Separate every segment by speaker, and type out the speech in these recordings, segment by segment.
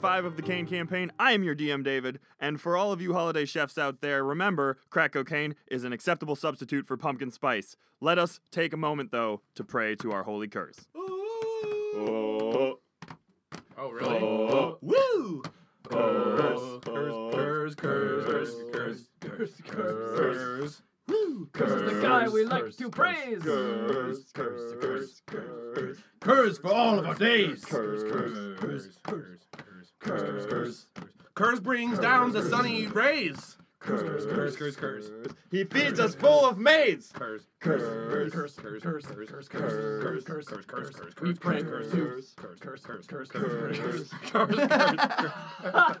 Speaker 1: five of the Kane Campaign. I am your DM, David. And for all of you holiday chefs out there, remember crack cocaine is an acceptable substitute for pumpkin spice. Let us take a moment, though, to pray to our holy curse. Oh,
Speaker 2: Oh, really?
Speaker 1: oh,
Speaker 3: Woo!
Speaker 2: Curse,
Speaker 1: oh.
Speaker 2: curse, curse, curse, curse, curse, curse,
Speaker 3: Woo!
Speaker 2: curse.
Speaker 4: the guy we like to praise.
Speaker 2: Curse, curse, curse, curse, curse for all of our days. Curse, curse, curse, curse, curse, curse,
Speaker 3: Curse brings down the sunny rays.
Speaker 2: curse, curse, curse, curse.
Speaker 1: He feeds us full of maize.
Speaker 2: Curse, curse, curse, curse, curse, curse, curse, curse, curse, curse, curse, curse, curse, curse, curse, curse, curse, curse, curse, curse,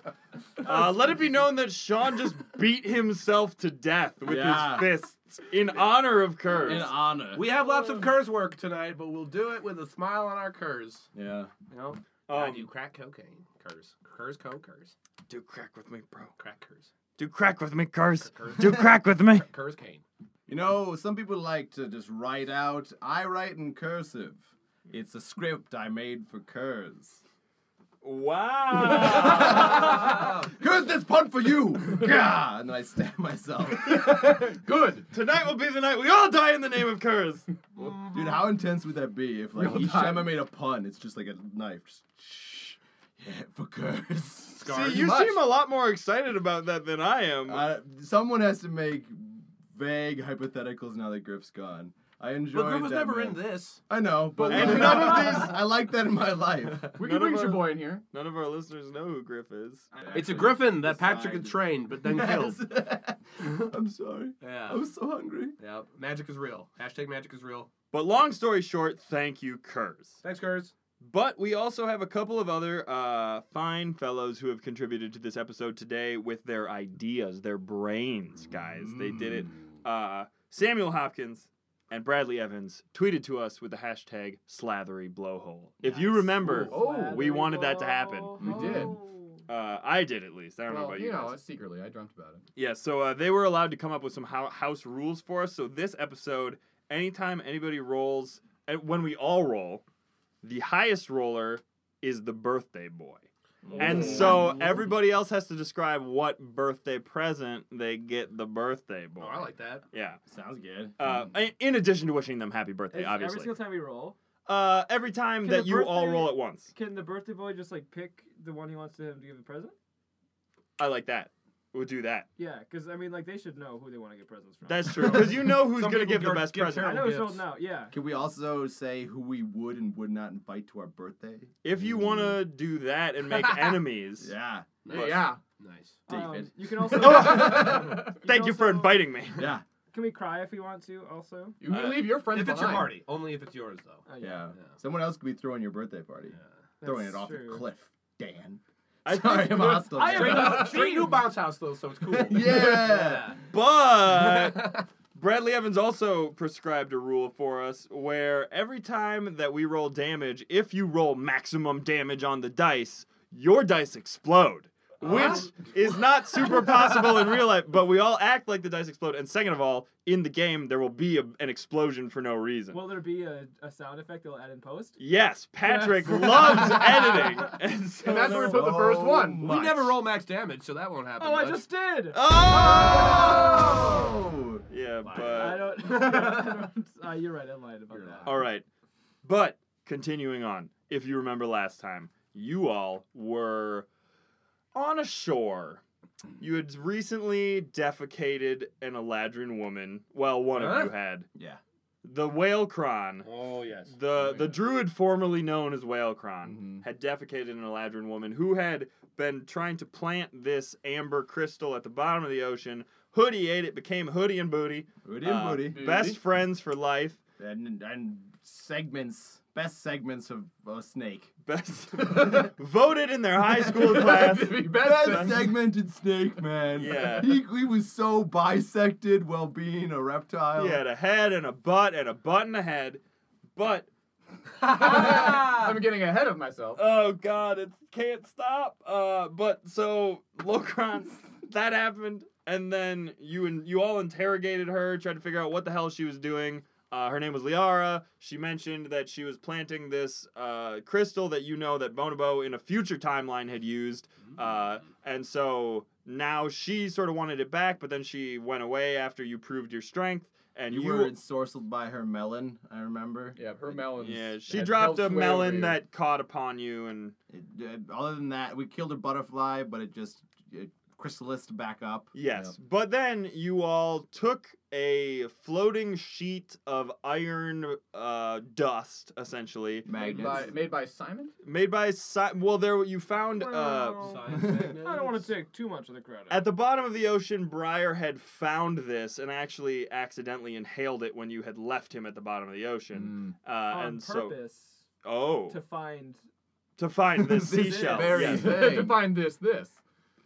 Speaker 1: Uh, let it be known that Sean just beat himself to death with
Speaker 4: Yeah.
Speaker 1: his fists in honor of curse.
Speaker 4: In honor.
Speaker 3: We have lots of curse work tonight, but we'll do it with a smile on our curse.
Speaker 4: yeah.
Speaker 3: You know, I do
Speaker 1: um,
Speaker 3: crack cocaine. Curse, curse, co, curse,
Speaker 1: do crack with me, bro.
Speaker 3: crack, curse,
Speaker 1: Do crack with me, curse.
Speaker 3: Curse.
Speaker 1: Do crack with me.
Speaker 3: curse, cane.
Speaker 5: You know, some people like to just write out. I write in cursive. It's a script I made for Curse.
Speaker 1: Wow.
Speaker 5: Curse this punt for you! Gah! And then I stab myself.
Speaker 1: Good. Tonight will be the night we all die in the name of curse.
Speaker 5: Dude, how intense would that be if like Ishama made a pun? It's just like a knife. Just, shh. Yeah, for Curse.
Speaker 1: See, you seem a lot more excited about that than I am.
Speaker 5: Uh, someone has to make vague hypotheticals now that Griff's gone. I enjoy.
Speaker 3: But Griff was never in this.
Speaker 5: I know, but
Speaker 1: And
Speaker 5: like-
Speaker 1: none of these-
Speaker 5: I like that in my life.
Speaker 4: We can
Speaker 1: None of
Speaker 4: bring
Speaker 1: our-
Speaker 4: your boy in here.
Speaker 1: None of our listeners know who Griff is.
Speaker 3: It's a griffin that
Speaker 5: Decided.
Speaker 3: Patrick had trained, but then
Speaker 5: Yes.
Speaker 3: killed.
Speaker 5: I'm sorry.
Speaker 2: Oh,
Speaker 3: Yeah.
Speaker 5: I'm so hungry.
Speaker 3: Yeah. Magic is real. Hashtag magic is real.
Speaker 1: But long story short, thank you, Curse.
Speaker 3: Thanks, curse.
Speaker 1: But we also have a couple of other uh, fine fellows who have contributed to this episode today with their ideas, their brains, guys. They did it. Uh, Samuel Hopkins and Bradley Evans tweeted to us with the hashtag slatheryblowhole. If you
Speaker 4: Nice.
Speaker 1: remember,
Speaker 2: Oh,
Speaker 1: we wanted that to happen.
Speaker 4: We did.
Speaker 1: uh, I did at least. I don't know
Speaker 2: Well,
Speaker 1: about you.
Speaker 2: you
Speaker 1: guys.
Speaker 2: know, secretly, I dreamt about it.
Speaker 1: Yeah, so uh, they were allowed to come up with some hou- house rules for us. So this episode, anytime anybody rolls, and when we all roll, the highest roller is the birthday boy. And so everybody else has to describe what birthday present they get the birthday boy.
Speaker 3: Oh, I like Hmm. that.
Speaker 1: Yeah.
Speaker 5: Sounds good.
Speaker 1: Uh, in- in addition to wishing them happy birthday,
Speaker 6: It's Every
Speaker 1: obviously.
Speaker 6: single time we roll,
Speaker 1: uh, every time
Speaker 6: Can
Speaker 1: that
Speaker 6: the
Speaker 1: you all
Speaker 6: birthday-
Speaker 1: roll at once.
Speaker 6: can the birthday boy just like pick the one he wants to him to give the present?
Speaker 1: I like that. We'll do that.
Speaker 6: Yeah, because I mean, like they should know who they want to get presents from.
Speaker 1: That's true. Because you know who's
Speaker 3: Some
Speaker 1: going to
Speaker 3: people
Speaker 1: give the
Speaker 3: give-
Speaker 1: best
Speaker 3: give
Speaker 1: present.
Speaker 6: I know it's
Speaker 3: gifts.
Speaker 6: holding out. Yeah.
Speaker 5: Can we also say who we would and would not invite to our birthday?
Speaker 1: If you want to do that and make enemies.
Speaker 5: Yeah.
Speaker 3: Nice.
Speaker 2: Yeah.
Speaker 3: Nice.
Speaker 5: David.
Speaker 6: Um, you can also.
Speaker 1: Thank you for
Speaker 6: also-
Speaker 1: inviting me. Uh,
Speaker 5: Yeah.
Speaker 6: Can we cry if we want to? Also.
Speaker 2: You can leave your friends
Speaker 3: If it's your
Speaker 2: behind.
Speaker 3: party, only if it's yours though.
Speaker 6: Oh,
Speaker 5: Yeah.
Speaker 3: Yeah.
Speaker 5: Someone else could be throwing your birthday party.
Speaker 6: that's
Speaker 5: Throwing it off
Speaker 6: true.
Speaker 5: a cliff, Dan.
Speaker 1: I
Speaker 5: Sorry,
Speaker 1: think-
Speaker 5: I'm hostile.
Speaker 6: I am
Speaker 5: there.
Speaker 3: Straight,
Speaker 6: Yeah.
Speaker 3: new, straight new bounce house though, so it's cool.
Speaker 5: Yeah.
Speaker 1: But Bradley Evans also prescribed a rule for us where every time that we roll damage, if you roll maximum damage on the dice, your dice explode. Which is not super possible in real life, but we all act like the dice explode. And second of all, in the game, there will be a, an explosion for no reason.
Speaker 6: Will there be a, a sound effect they'll add in post?
Speaker 1: yes, Patrick loves editing. And, so
Speaker 2: And that's where we
Speaker 1: there-
Speaker 2: put the first
Speaker 5: So
Speaker 2: one.
Speaker 3: We
Speaker 5: much.
Speaker 3: never roll max damage, so that won't happen.
Speaker 6: Oh, I
Speaker 3: much.
Speaker 6: just did.
Speaker 1: Uh, Oh!
Speaker 5: Oh.
Speaker 1: Yeah, but.
Speaker 6: I don't. I don't uh, you're right. I lied about that.
Speaker 1: All right. But continuing on, if you remember last time, you all were on a shore. You had recently defecated an Eladrin woman. Well, one of
Speaker 3: Huh?
Speaker 1: you had.
Speaker 5: Yeah.
Speaker 1: The Whalecron,
Speaker 3: Oh yes.
Speaker 1: the the druid formerly known as Whalecron,
Speaker 5: Mhm.
Speaker 1: had defecated an Eladrin woman who had been trying to plant this amber crystal at the bottom of the ocean. Hoodie ate it, became Hoodie and Booty.
Speaker 5: Booty and
Speaker 1: uh,
Speaker 5: booty.
Speaker 1: Best friends for life.
Speaker 5: and, and segments, best segments of a snake.
Speaker 1: best voted in their high school class.
Speaker 5: Best
Speaker 1: Best-
Speaker 5: segmented snake, man.
Speaker 1: Yeah.
Speaker 5: He, he was so bisected while being a reptile.
Speaker 1: He had a head and a butt and a butt and a head. But
Speaker 2: I'm getting ahead of myself.
Speaker 1: oh god, it can't stop. Uh, but so Locron, that happened, and then you and you all interrogated her, tried to figure out what the hell she was doing. Uh, her name was Liara. She mentioned that she was planting this uh, crystal that you know that Bonobo in a future timeline had used. Uh, and so now she sort of wanted it back, but then she went away after you proved your strength. And
Speaker 5: You
Speaker 1: you,
Speaker 5: were ensorcelled by her melon, I remember.
Speaker 2: Yeah, her melons.
Speaker 1: yeah, she
Speaker 2: had
Speaker 1: dropped a
Speaker 2: helped way over
Speaker 1: melon
Speaker 2: you.
Speaker 1: that caught upon you, and
Speaker 5: It- uh, other than that, we killed a butterfly, but it just it crystallized back up.
Speaker 1: Yes, but then you all took a floating sheet of iron uh, dust, essentially
Speaker 2: made
Speaker 5: Magnets.
Speaker 2: by, made by Simon.
Speaker 1: made by si- well, there you found uh,
Speaker 6: Well, I
Speaker 3: I
Speaker 6: don't want to take too much of the credit.
Speaker 1: at the bottom of the ocean. Briar had found this and actually accidentally inhaled it when you had left him at the bottom of the ocean,
Speaker 5: Mm.
Speaker 1: uh,
Speaker 6: on
Speaker 1: and
Speaker 6: purpose
Speaker 1: so oh
Speaker 6: to find.
Speaker 1: to find this
Speaker 5: This is
Speaker 1: seashell.
Speaker 5: very-
Speaker 1: yes.
Speaker 2: to
Speaker 5: Dang.
Speaker 2: find this, this.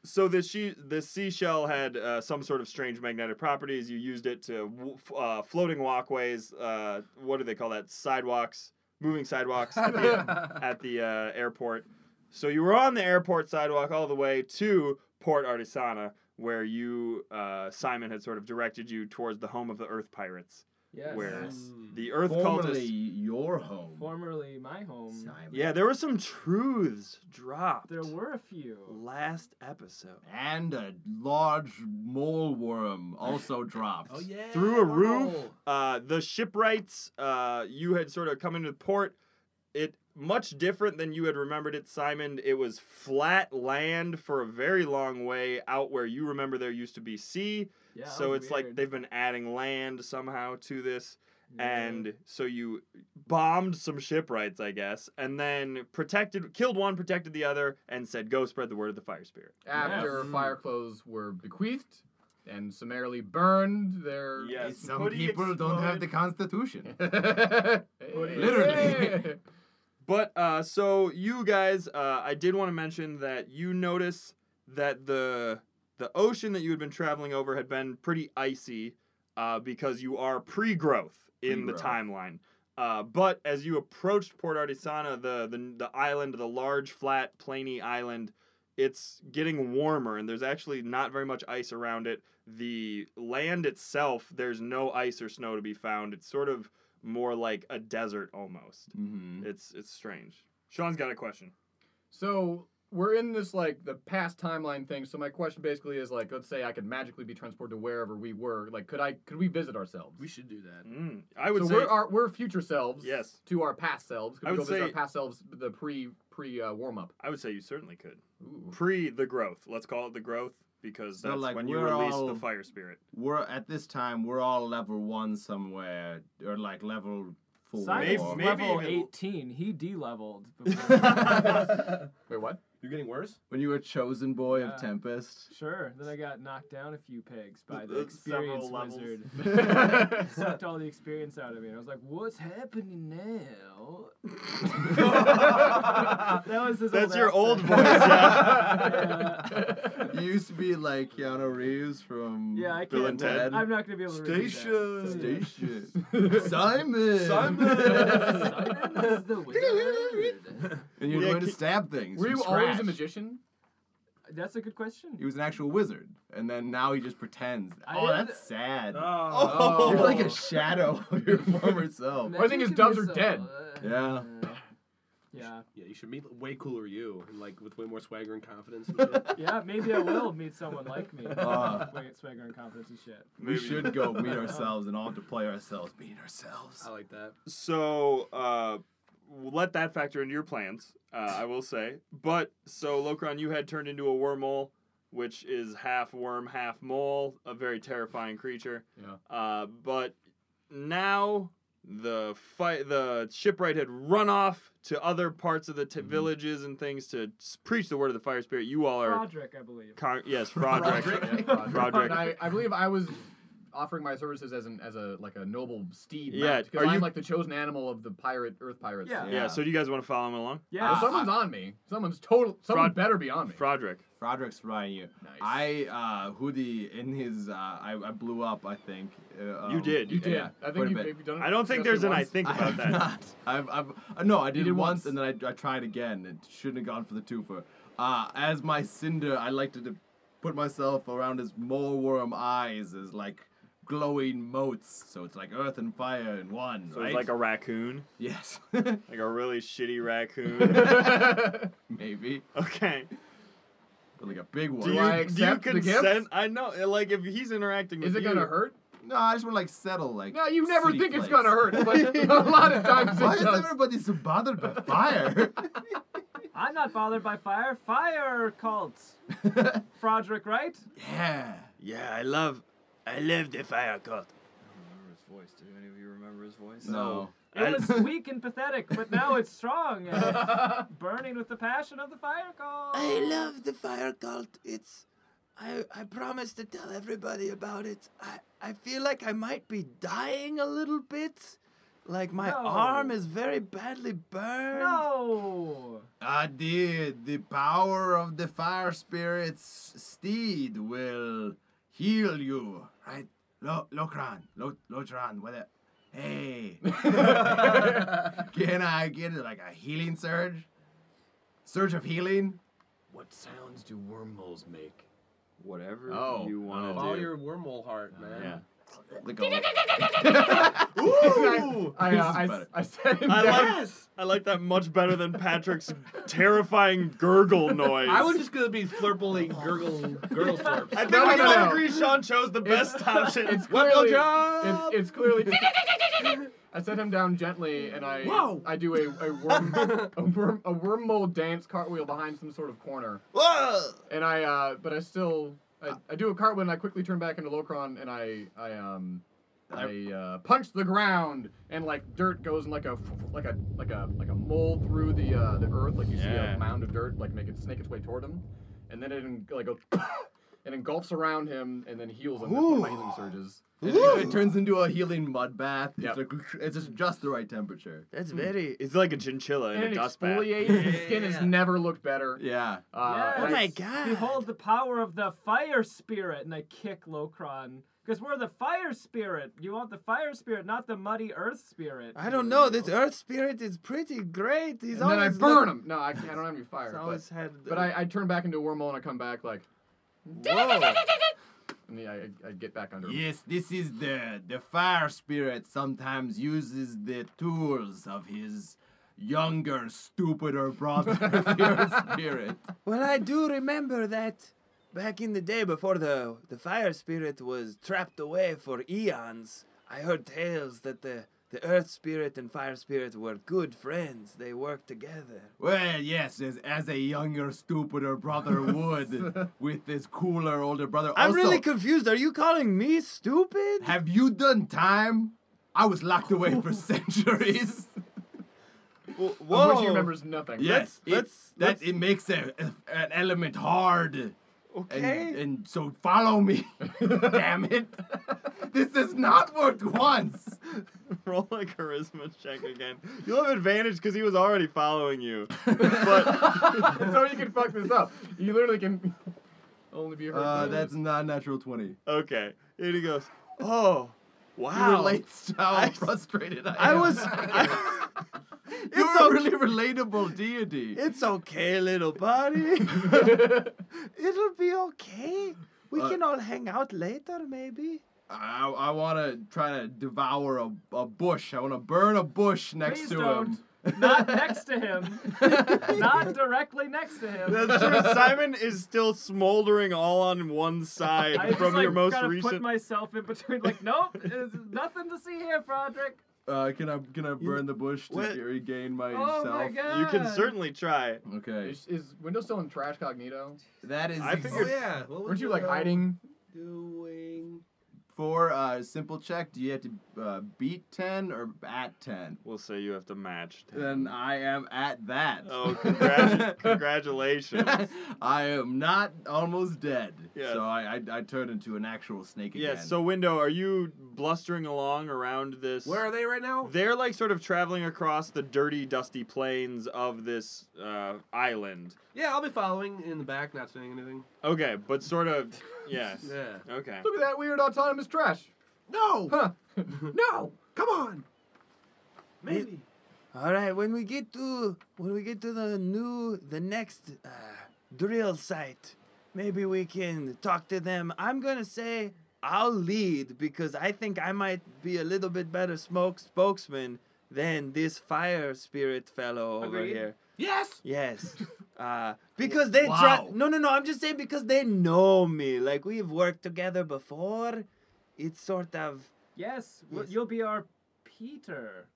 Speaker 1: So this she this seashell had uh, some sort of strange magnetic properties. You used it to w- f- uh, floating walkways. Uh, what do they call that? Sidewalks, moving sidewalks at the, at the uh, airport. So you were on the airport sidewalk all the way to Port Artisana, where you uh, Simon had sort of directed you towards the home of the Earth Pirates,
Speaker 6: Yes.
Speaker 1: where
Speaker 6: Mm.
Speaker 1: the Earth
Speaker 5: Formerly
Speaker 1: cultists.
Speaker 5: your home.
Speaker 6: Formerly my home.
Speaker 5: Simon.
Speaker 1: Yeah, there were some truths dropped.
Speaker 6: There were a few.
Speaker 1: last episode.
Speaker 5: And a large mole worm also dropped.
Speaker 3: Oh yeah.
Speaker 1: through a roof.
Speaker 3: wow.
Speaker 1: Uh, the shipwrights, uh, you had sort of come into port. It much different than you had remembered it, Simon. It was flat land for a very long way out where you remember there used to be sea.
Speaker 6: Yeah. that
Speaker 1: so
Speaker 6: was
Speaker 1: it's like
Speaker 6: weird.
Speaker 1: they've been adding land somehow to this.
Speaker 6: Yeah.
Speaker 1: And so you bombed some shipwrights, I guess, and then protected, killed one, protected the other, and said, "Go spread the word of the fire spirit."
Speaker 2: After
Speaker 3: Mm.
Speaker 2: fire clothes were bequeathed and summarily burned, their
Speaker 1: Yes.
Speaker 5: Some
Speaker 1: Hoodie
Speaker 5: people don't
Speaker 1: exploded.
Speaker 5: have the constitution.
Speaker 2: Literally.
Speaker 1: But uh, so you guys, uh, I did want to mention that you notice that the the ocean that you had been traveling over had been pretty icy uh, because you are pre-growth in the
Speaker 5: Pre-growth.
Speaker 1: timeline. Uh, but as you approached Port Artisana, the, the the island, the large flat plainy island, it's getting warmer and there's actually not very much ice around it. The land itself, there's no ice or snow to be found. It's sort of more like a desert almost.
Speaker 2: Mm.
Speaker 5: Mm-hmm.
Speaker 1: It's it's strange. Sean's got a question.
Speaker 2: So we're in this like the past timeline thing. So my question basically is like, let's say I could magically be transported to wherever we were. Like, could I? Could we visit ourselves?
Speaker 3: We should do that.
Speaker 1: Mm, I would
Speaker 2: so
Speaker 1: say
Speaker 2: we're our, we're future selves.
Speaker 1: Yes.
Speaker 2: To our past selves. Could
Speaker 1: I
Speaker 2: we
Speaker 1: would
Speaker 2: go visit
Speaker 1: say-
Speaker 2: our past selves the pre pre uh, warm up?
Speaker 1: I would say you certainly could.
Speaker 2: Ooh.
Speaker 1: Pre the growth. Let's call it the growth because
Speaker 5: So,
Speaker 1: that's
Speaker 5: like,
Speaker 1: when you
Speaker 5: we're
Speaker 1: release
Speaker 5: all-
Speaker 1: the fire spirit.
Speaker 5: We're at this time. We're all level one somewhere, or like level four.
Speaker 6: Simon's
Speaker 1: Maybe-
Speaker 6: level
Speaker 1: maybe even-
Speaker 6: 18. He de-leveled. before-
Speaker 2: Wait, what?
Speaker 3: You're getting worse.
Speaker 5: when you were chosen boy
Speaker 6: Yeah.
Speaker 5: of Tempest.
Speaker 6: sure. Then I got knocked down a few pegs by the
Speaker 1: Uh,
Speaker 6: experience
Speaker 1: several levels.
Speaker 6: wizard.
Speaker 2: That's
Speaker 6: Sucked all the experience out of me. And I was like, "What's happening now?" that was his.
Speaker 1: That's
Speaker 6: old
Speaker 1: your old voice.
Speaker 6: accent.
Speaker 1: Yeah.
Speaker 5: You used to be like Keanu Reeves from
Speaker 6: Yeah, I
Speaker 1: Bill
Speaker 6: can't.
Speaker 1: and Ted.
Speaker 6: I'm not gonna be able to. repeat that.
Speaker 1: Station.
Speaker 6: So, yeah.
Speaker 5: Station. Simon.
Speaker 6: Simon is the wizard.
Speaker 5: and you're
Speaker 1: Yeah,
Speaker 5: going to
Speaker 1: ki-
Speaker 5: stab things.
Speaker 2: Were
Speaker 5: from
Speaker 2: you always
Speaker 5: scratch.
Speaker 2: a magician?
Speaker 6: That's a good
Speaker 5: He
Speaker 6: question.
Speaker 5: was an actual wizard, and then now he just pretends.
Speaker 6: I
Speaker 5: oh,
Speaker 6: didn't-
Speaker 5: that's sad.
Speaker 1: Oh.
Speaker 5: You're like a shadow of your former self.
Speaker 2: I think his
Speaker 6: Imagine
Speaker 2: doves
Speaker 6: if
Speaker 2: are
Speaker 6: he
Speaker 2: dead.
Speaker 6: was, uh,
Speaker 5: Yeah.
Speaker 6: Yeah.
Speaker 3: Yeah, you should meet way cooler you, and like with way more swagger and confidence. And shit.
Speaker 6: Yeah, maybe I will meet someone like me.
Speaker 5: Ah.
Speaker 6: Wait, swagger and confidence and shit.
Speaker 5: We
Speaker 1: Maybe.
Speaker 5: should go meet ourselves and all have to play ourselves, meet ourselves.
Speaker 3: I like that.
Speaker 1: So uh, let that factor into your plans. Uh, I will say. But so Locron, you had turned into a wormhole, which is half worm, half mole, a very terrifying creature.
Speaker 2: Yeah.
Speaker 1: Uh, but now the fight, the shipwright had run off to other parts of the t- villages and things to s- preach the word of the fire spirit. You all are,
Speaker 6: Roderick, I believe.
Speaker 1: con- yes, Frodrick.
Speaker 2: Yeah,
Speaker 1: Roderick.
Speaker 2: And I, I believe I was offering my services as an as a like a noble steed.
Speaker 1: Yeah,
Speaker 2: Because
Speaker 1: are
Speaker 2: I'm
Speaker 1: you-
Speaker 2: like the chosen animal of the pirate Earth pirates.
Speaker 6: Yeah.
Speaker 1: Yeah. So do you guys want to follow him along,
Speaker 6: Yeah.
Speaker 2: Well, someone's on me. Someone's total. Someone
Speaker 1: Fraud-
Speaker 2: better be on me.
Speaker 1: Frodrick?
Speaker 5: Roderick's riding you.
Speaker 2: Nice.
Speaker 5: I, uh, Hoodie, in his, uh, I, I blew up, I think. Uh,
Speaker 1: You
Speaker 5: um,
Speaker 1: did.
Speaker 2: You did.
Speaker 5: Yeah,
Speaker 2: I think
Speaker 5: quite a
Speaker 2: you've,
Speaker 5: bit.
Speaker 2: you've done it.
Speaker 1: I don't think there's an I
Speaker 2: successfully
Speaker 1: think
Speaker 5: I
Speaker 1: about
Speaker 5: have
Speaker 1: that.
Speaker 5: not. I've, I've, uh, no, I did
Speaker 2: did
Speaker 5: it once,
Speaker 2: once.
Speaker 5: and then I, I tried again. It shouldn't have gone for the twofer. Uh, as my cinder, I like to de- put myself around his mole worm eyes as like glowing motes. So it's like earth and fire in one,
Speaker 1: So
Speaker 5: right?
Speaker 1: it's like a raccoon,
Speaker 5: yes,
Speaker 1: like a really shitty raccoon.
Speaker 5: maybe,
Speaker 1: okay.
Speaker 5: but like a big one.
Speaker 1: Do
Speaker 2: I
Speaker 1: you, do you
Speaker 2: accept the gift?
Speaker 1: consent? I know. Like if he's interacting with
Speaker 2: Is it
Speaker 1: you,
Speaker 2: gonna hurt?
Speaker 5: No, I just want to like settle. Like
Speaker 2: No, you never
Speaker 5: city
Speaker 2: think it's
Speaker 5: flakes.
Speaker 2: gonna hurt, but a lot of times
Speaker 5: Why
Speaker 2: it
Speaker 5: is
Speaker 2: does.
Speaker 5: everybody so bothered by fire?
Speaker 6: I'm not bothered by fire. Fire cults. Frodrick, right?
Speaker 5: yeah.
Speaker 1: Yeah, I love, I love the fire cult. I don't remember his voice. Do any of you remember his voice?
Speaker 5: No.
Speaker 1: I-
Speaker 6: It was weak and pathetic, but now it's strong, and burning with the passion of the fire call.
Speaker 1: I love the fire cult. It's. I, I promise to tell everybody about it. I, I feel like I might be dying a little bit. Like my
Speaker 6: No.
Speaker 1: arm is very badly burned.
Speaker 6: No.
Speaker 5: Ah, dude, the power of the fire spirit's steed will heal you, right? Lo- Lokran, Lo- Lotran, whatever. Hey, can I get like a healing surge? Surge of healing?
Speaker 2: What sounds do wormholes make?
Speaker 1: Whatever
Speaker 2: Oh.
Speaker 1: you want to
Speaker 3: Follow
Speaker 1: do.
Speaker 3: your wormhole heart, man.
Speaker 1: yeah.
Speaker 5: Like a,
Speaker 2: Ooh, I,
Speaker 5: This
Speaker 2: uh,
Speaker 5: is
Speaker 2: I,
Speaker 5: better.
Speaker 2: I said him
Speaker 1: I
Speaker 2: down.
Speaker 1: like, I like that much better than Patrick's terrifying gurgle noise.
Speaker 3: I was just gonna be flirpling, gurgle, gurgle slurps. Oh,
Speaker 1: I think
Speaker 2: No,
Speaker 1: we
Speaker 2: no,
Speaker 1: all
Speaker 2: no.
Speaker 1: agree Sean chose the best option.
Speaker 2: it's
Speaker 1: What,
Speaker 2: clearly-
Speaker 1: John?
Speaker 2: It's, it's clearly. I set him down gently, and I
Speaker 3: Whoa.
Speaker 2: I do a a worm a worm a wormhole dance cartwheel behind some sort of corner,
Speaker 1: Whoa!
Speaker 2: and I uh but I still I, I do a cartwheel and I quickly turn back into Locron and I I um I uh, punch the ground and like dirt goes in like a like a like a like a mole through the uh, the earth like you see
Speaker 1: Yeah.
Speaker 2: a mound of dirt like make it snake its way toward him, and then it en- like goes and engulfs around him and then heals him. That's one of my healing surges.
Speaker 5: it, it turns into a healing mud bath.
Speaker 2: Yep.
Speaker 5: It's, like, it's just, just the right temperature.
Speaker 1: That's very. It's like a chinchilla in
Speaker 2: and
Speaker 1: a
Speaker 2: it
Speaker 1: dust bath.
Speaker 2: exfoliates. and His skin has never looked better.
Speaker 5: Yeah.
Speaker 2: Uh,
Speaker 6: Yes.
Speaker 2: and I-
Speaker 1: Oh god!
Speaker 6: Behold the power of the fire spirit, and I kick Locron. Because we're the fire spirit. You want the fire spirit, not the muddy earth spirit.
Speaker 1: I don't know. This Earth Spirit is pretty great. He's
Speaker 2: and then I
Speaker 1: always
Speaker 2: burn
Speaker 1: looked-
Speaker 2: him. No, I, I don't have any fire.
Speaker 1: He's
Speaker 2: But,
Speaker 1: always had.
Speaker 2: but I, I turn back into a wormhole and I come back like,
Speaker 1: Whoa!
Speaker 2: and yeah, I, I get back under. him.
Speaker 5: Yes, this is the the fire spirit sometimes uses the tools of his younger, stupider brother, fire spirit.
Speaker 1: well, I do remember that back in the day before the the Fire Spirit was trapped away for eons. I heard tales that the the Earth Spirit and Fire Spirit were good friends. They worked together.
Speaker 5: Well, yes, as, as a younger, stupider brother would with this cooler, older brother.
Speaker 1: I'm
Speaker 5: also,
Speaker 1: really confused. Are you calling me stupid?
Speaker 5: have you done time? I was locked away for centuries.
Speaker 1: Whoa!
Speaker 2: Of which he remembers nothing.
Speaker 5: Yes, it,
Speaker 1: let's-
Speaker 5: that
Speaker 1: let's-
Speaker 5: it makes a, a- an element hard. And,
Speaker 1: Okay.
Speaker 5: and so follow me. Damn it. This has not worked once.
Speaker 1: Roll a charisma check again. You'll have advantage because he was already following you. But
Speaker 2: so you can fuck this up. You literally can only be hurt.
Speaker 5: Uh,
Speaker 2: by
Speaker 5: that's
Speaker 2: this.
Speaker 5: not natural 20.
Speaker 1: okay, and he goes, "Oh,
Speaker 5: You
Speaker 1: wow."
Speaker 5: relate to how
Speaker 1: I-
Speaker 5: frustrated I,
Speaker 1: I
Speaker 5: am.
Speaker 1: was. I-
Speaker 5: You're
Speaker 1: it's,
Speaker 5: a
Speaker 1: o-
Speaker 5: really relatable deity.
Speaker 1: it's okay, little buddy. It'll be okay. We
Speaker 5: Uh,
Speaker 1: can all hang out later, maybe.
Speaker 5: I, I want to try to devour a, a bush. I want to burn a bush next
Speaker 6: Please
Speaker 5: to
Speaker 6: don't.
Speaker 5: him.
Speaker 6: Not next to him. not directly next to him.
Speaker 1: That's true. Simon is still smoldering all on one side
Speaker 6: I
Speaker 1: from
Speaker 6: just,
Speaker 1: your
Speaker 6: like,
Speaker 1: most
Speaker 6: gotta put
Speaker 1: recent.
Speaker 6: myself in between. Like, nope, there's nothing to see here, Frodrick.
Speaker 5: Uh, can I can I burn the bush to
Speaker 1: What?
Speaker 5: get- regain my
Speaker 6: Oh
Speaker 5: self?
Speaker 6: my god.
Speaker 1: you can certainly try.
Speaker 5: Okay,
Speaker 2: Is, is Windows still in trash cognito?
Speaker 5: that is
Speaker 1: I
Speaker 5: ex-
Speaker 1: figured-
Speaker 3: yeah. What
Speaker 2: Weren't
Speaker 3: was
Speaker 2: you
Speaker 3: it,
Speaker 2: like
Speaker 3: uh,
Speaker 2: hiding?
Speaker 3: Doing.
Speaker 5: for uh, simple check. Do you have to uh, beat ten or at ten?
Speaker 1: We'll say you have to match.
Speaker 5: Then I am at that.
Speaker 1: Oh, congrat- congratulations.
Speaker 5: I am not almost dead.
Speaker 1: Yes.
Speaker 5: So I, I I turn into an actual snake again.
Speaker 1: Yes. so, Window, are you blustering along around this?
Speaker 3: Where are they right now?
Speaker 1: They're like sort of traveling across the dirty, dusty plains of this uh, island.
Speaker 3: Yeah, I'll be following in the back, not saying anything.
Speaker 1: Okay, but sort of, yes.
Speaker 3: Yeah.
Speaker 1: Okay.
Speaker 2: Look at that weird autonomous trash.
Speaker 3: No.
Speaker 2: Huh.
Speaker 3: No. Come on. Maybe.
Speaker 1: All right. When we get to when we get to the new the next uh, drill site, maybe we can talk to them. I'm gonna say I'll lead because I think I might be a little bit better smoke spokesman than this fire spirit fellow over
Speaker 6: Agreed.
Speaker 1: here.
Speaker 3: Yes.
Speaker 1: Yes. Uh, because they try.
Speaker 5: Wow.
Speaker 1: No, no, no. I'm just saying because they know me. Like we've worked together before. It's sort of.
Speaker 6: Yes, w
Speaker 1: Yes.
Speaker 6: you'll be our Peter.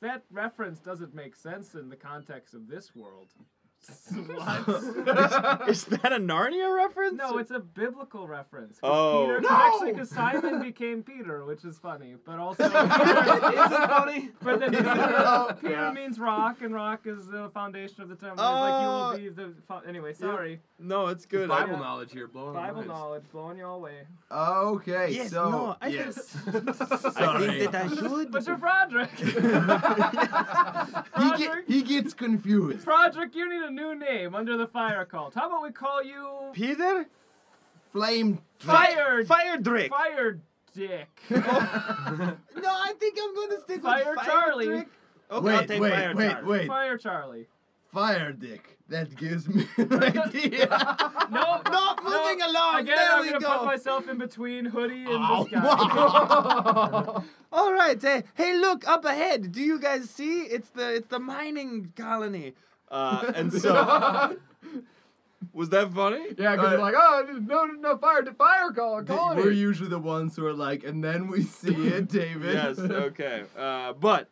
Speaker 6: That reference doesn't make sense in the context of this world.
Speaker 1: Is that a Narnia reference?
Speaker 6: No, it's a biblical reference. 'cause
Speaker 1: Oh.
Speaker 6: Peter,
Speaker 1: No!
Speaker 6: Actually, because Simon became Peter, which is funny, but also Peter isn't funny. But then Peter, Peter
Speaker 2: Yeah.
Speaker 6: means rock, and rock is the foundation of the temple.
Speaker 1: Oh.
Speaker 6: like you will be the. Fo- anyway, sorry.
Speaker 1: no, it's good.
Speaker 3: Bible
Speaker 6: Yeah.
Speaker 3: knowledge here, blowing our
Speaker 6: Bible
Speaker 3: minds.
Speaker 6: knowledge blowing y'all away.
Speaker 5: Okay,
Speaker 1: Yes,
Speaker 5: so
Speaker 1: no, I think-
Speaker 5: yes.
Speaker 1: I
Speaker 5: Sorry.
Speaker 1: think that I should.
Speaker 6: But you're Frederick.
Speaker 5: he, get, he gets confused.
Speaker 6: Frederick, you need a new name under the fire cult. How about we call you
Speaker 1: Peter?
Speaker 5: Flame.
Speaker 6: Fire
Speaker 1: Fire Drake.
Speaker 6: Fire Dick?
Speaker 1: No, I think I'm going to stick
Speaker 6: Fire
Speaker 1: with Fire
Speaker 6: Charlie.
Speaker 1: Drake. Okay, I'll
Speaker 5: Wait,
Speaker 1: take
Speaker 5: wait, wait,
Speaker 1: Fire
Speaker 5: wait,
Speaker 1: Charlie.
Speaker 6: Fire Charlie.
Speaker 5: Fire dick. That gives me an idea.
Speaker 6: No,
Speaker 1: No, moving along.
Speaker 6: Again,
Speaker 1: there
Speaker 6: I'm
Speaker 1: we
Speaker 6: gonna
Speaker 1: go.
Speaker 6: put myself in between hoodie and
Speaker 5: Ow.
Speaker 6: this guy.
Speaker 1: All right. Hey, hey, look up ahead. Do you guys see? It's the it's the mining colony. Uh, and so was that funny?
Speaker 2: Yeah, because you're like, oh, no, no, no, fire, fire call, call
Speaker 5: We're
Speaker 2: it.
Speaker 5: usually the ones who are like, and then we see it, David.
Speaker 1: Yes. Okay. Uh, but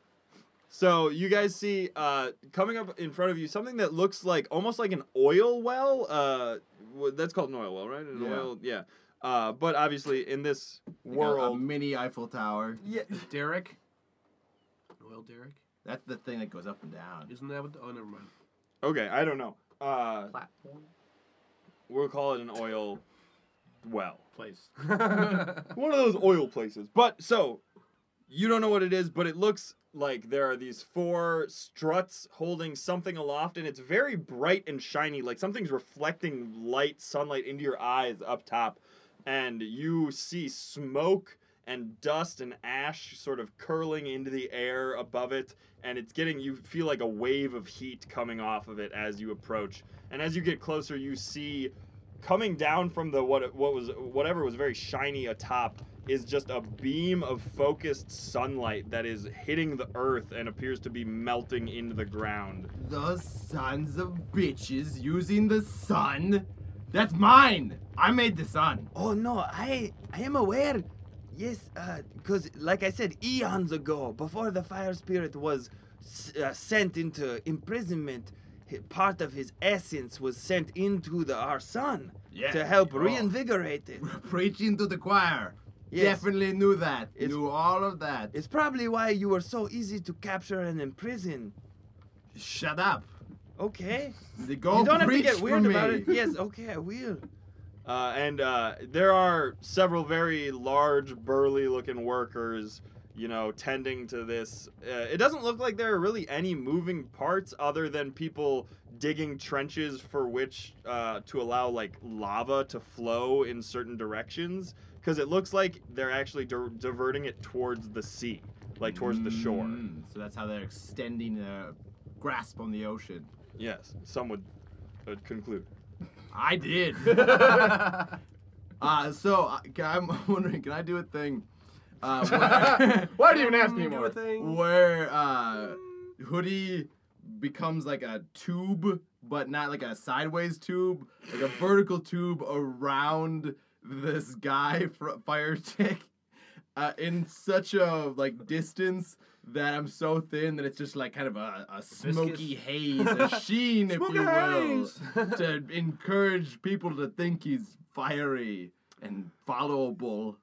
Speaker 1: so you guys see uh, coming up in front of you something that looks like almost like an oil well. Uh, wha- that's called an oil well, right? An
Speaker 5: Yeah.
Speaker 1: oil. Yeah. Uh, but obviously in this
Speaker 5: Like a- A,
Speaker 1: world.
Speaker 5: mini Eiffel Tower.
Speaker 1: Yeah.
Speaker 3: Derek. Royal Derek.
Speaker 5: That's the thing that goes up and down.
Speaker 3: Isn't that what? The, oh, never mind.
Speaker 1: Okay. I don't know. Uh,
Speaker 2: Platform.
Speaker 1: we'll call it an oil well.
Speaker 3: Place.
Speaker 1: one of those oil places. But so you don't know what it is, but it looks like there are these four struts holding something aloft, and it's very bright and shiny, like something's reflecting light, sunlight into your eyes up top, and you see smoke and dust and ash sort of curling into the air above it and it's getting you feel like a wave of heat coming off of it as you approach and as you get closer you see coming down from the what what was whatever was very shiny atop is just a beam of focused sunlight that is hitting the earth and appears to be melting into the ground.
Speaker 5: Those sons of bitches using the sun. That's mine. I made the sun.
Speaker 1: Oh no, I I am aware. Yes, because like I said, eons ago, before the fire spirit was s- uh, sent into imprisonment, hi- part of his essence was sent into the our sun
Speaker 5: Yeah.
Speaker 1: to help
Speaker 5: Oh.
Speaker 1: reinvigorate it.
Speaker 5: Preaching to the choir.
Speaker 1: Yes.
Speaker 5: Definitely knew that.
Speaker 1: It's-
Speaker 5: knew all of that.
Speaker 1: It's probably why you were so easy to capture and imprison.
Speaker 5: Shut up.
Speaker 1: Okay.
Speaker 5: They go
Speaker 1: you don't have to
Speaker 5: Oh, preach
Speaker 1: get
Speaker 5: for
Speaker 1: weird
Speaker 5: me.
Speaker 1: about it. Yes, okay, I will. Uh, and uh, there are several very large, burly-looking workers, you know, tending to this. Uh, it doesn't look like there are really any moving parts other than people digging trenches for which uh, to allow like lava to flow in certain directions, because it looks like they're actually di- diverting it towards the sea, like towards the shore.
Speaker 5: Mm, so that's how they're extending their grasp on the ocean.
Speaker 1: Yes, some would uh, conclude.
Speaker 5: I did. uh, so uh, can- I'm wondering, can I do a thing uh, where,
Speaker 2: Why do you even ask
Speaker 3: Mm,
Speaker 2: me
Speaker 3: do a
Speaker 2: more?
Speaker 3: thing.
Speaker 5: where uh, hoodie becomes like a tube, but not like a sideways tube, like a vertical tube around this guy fr- fire tick uh, in such a like distance. That I'm so thin that it's just like kind of a, a smoky haze, a sheen, if you will to encourage people to think he's fiery and followable.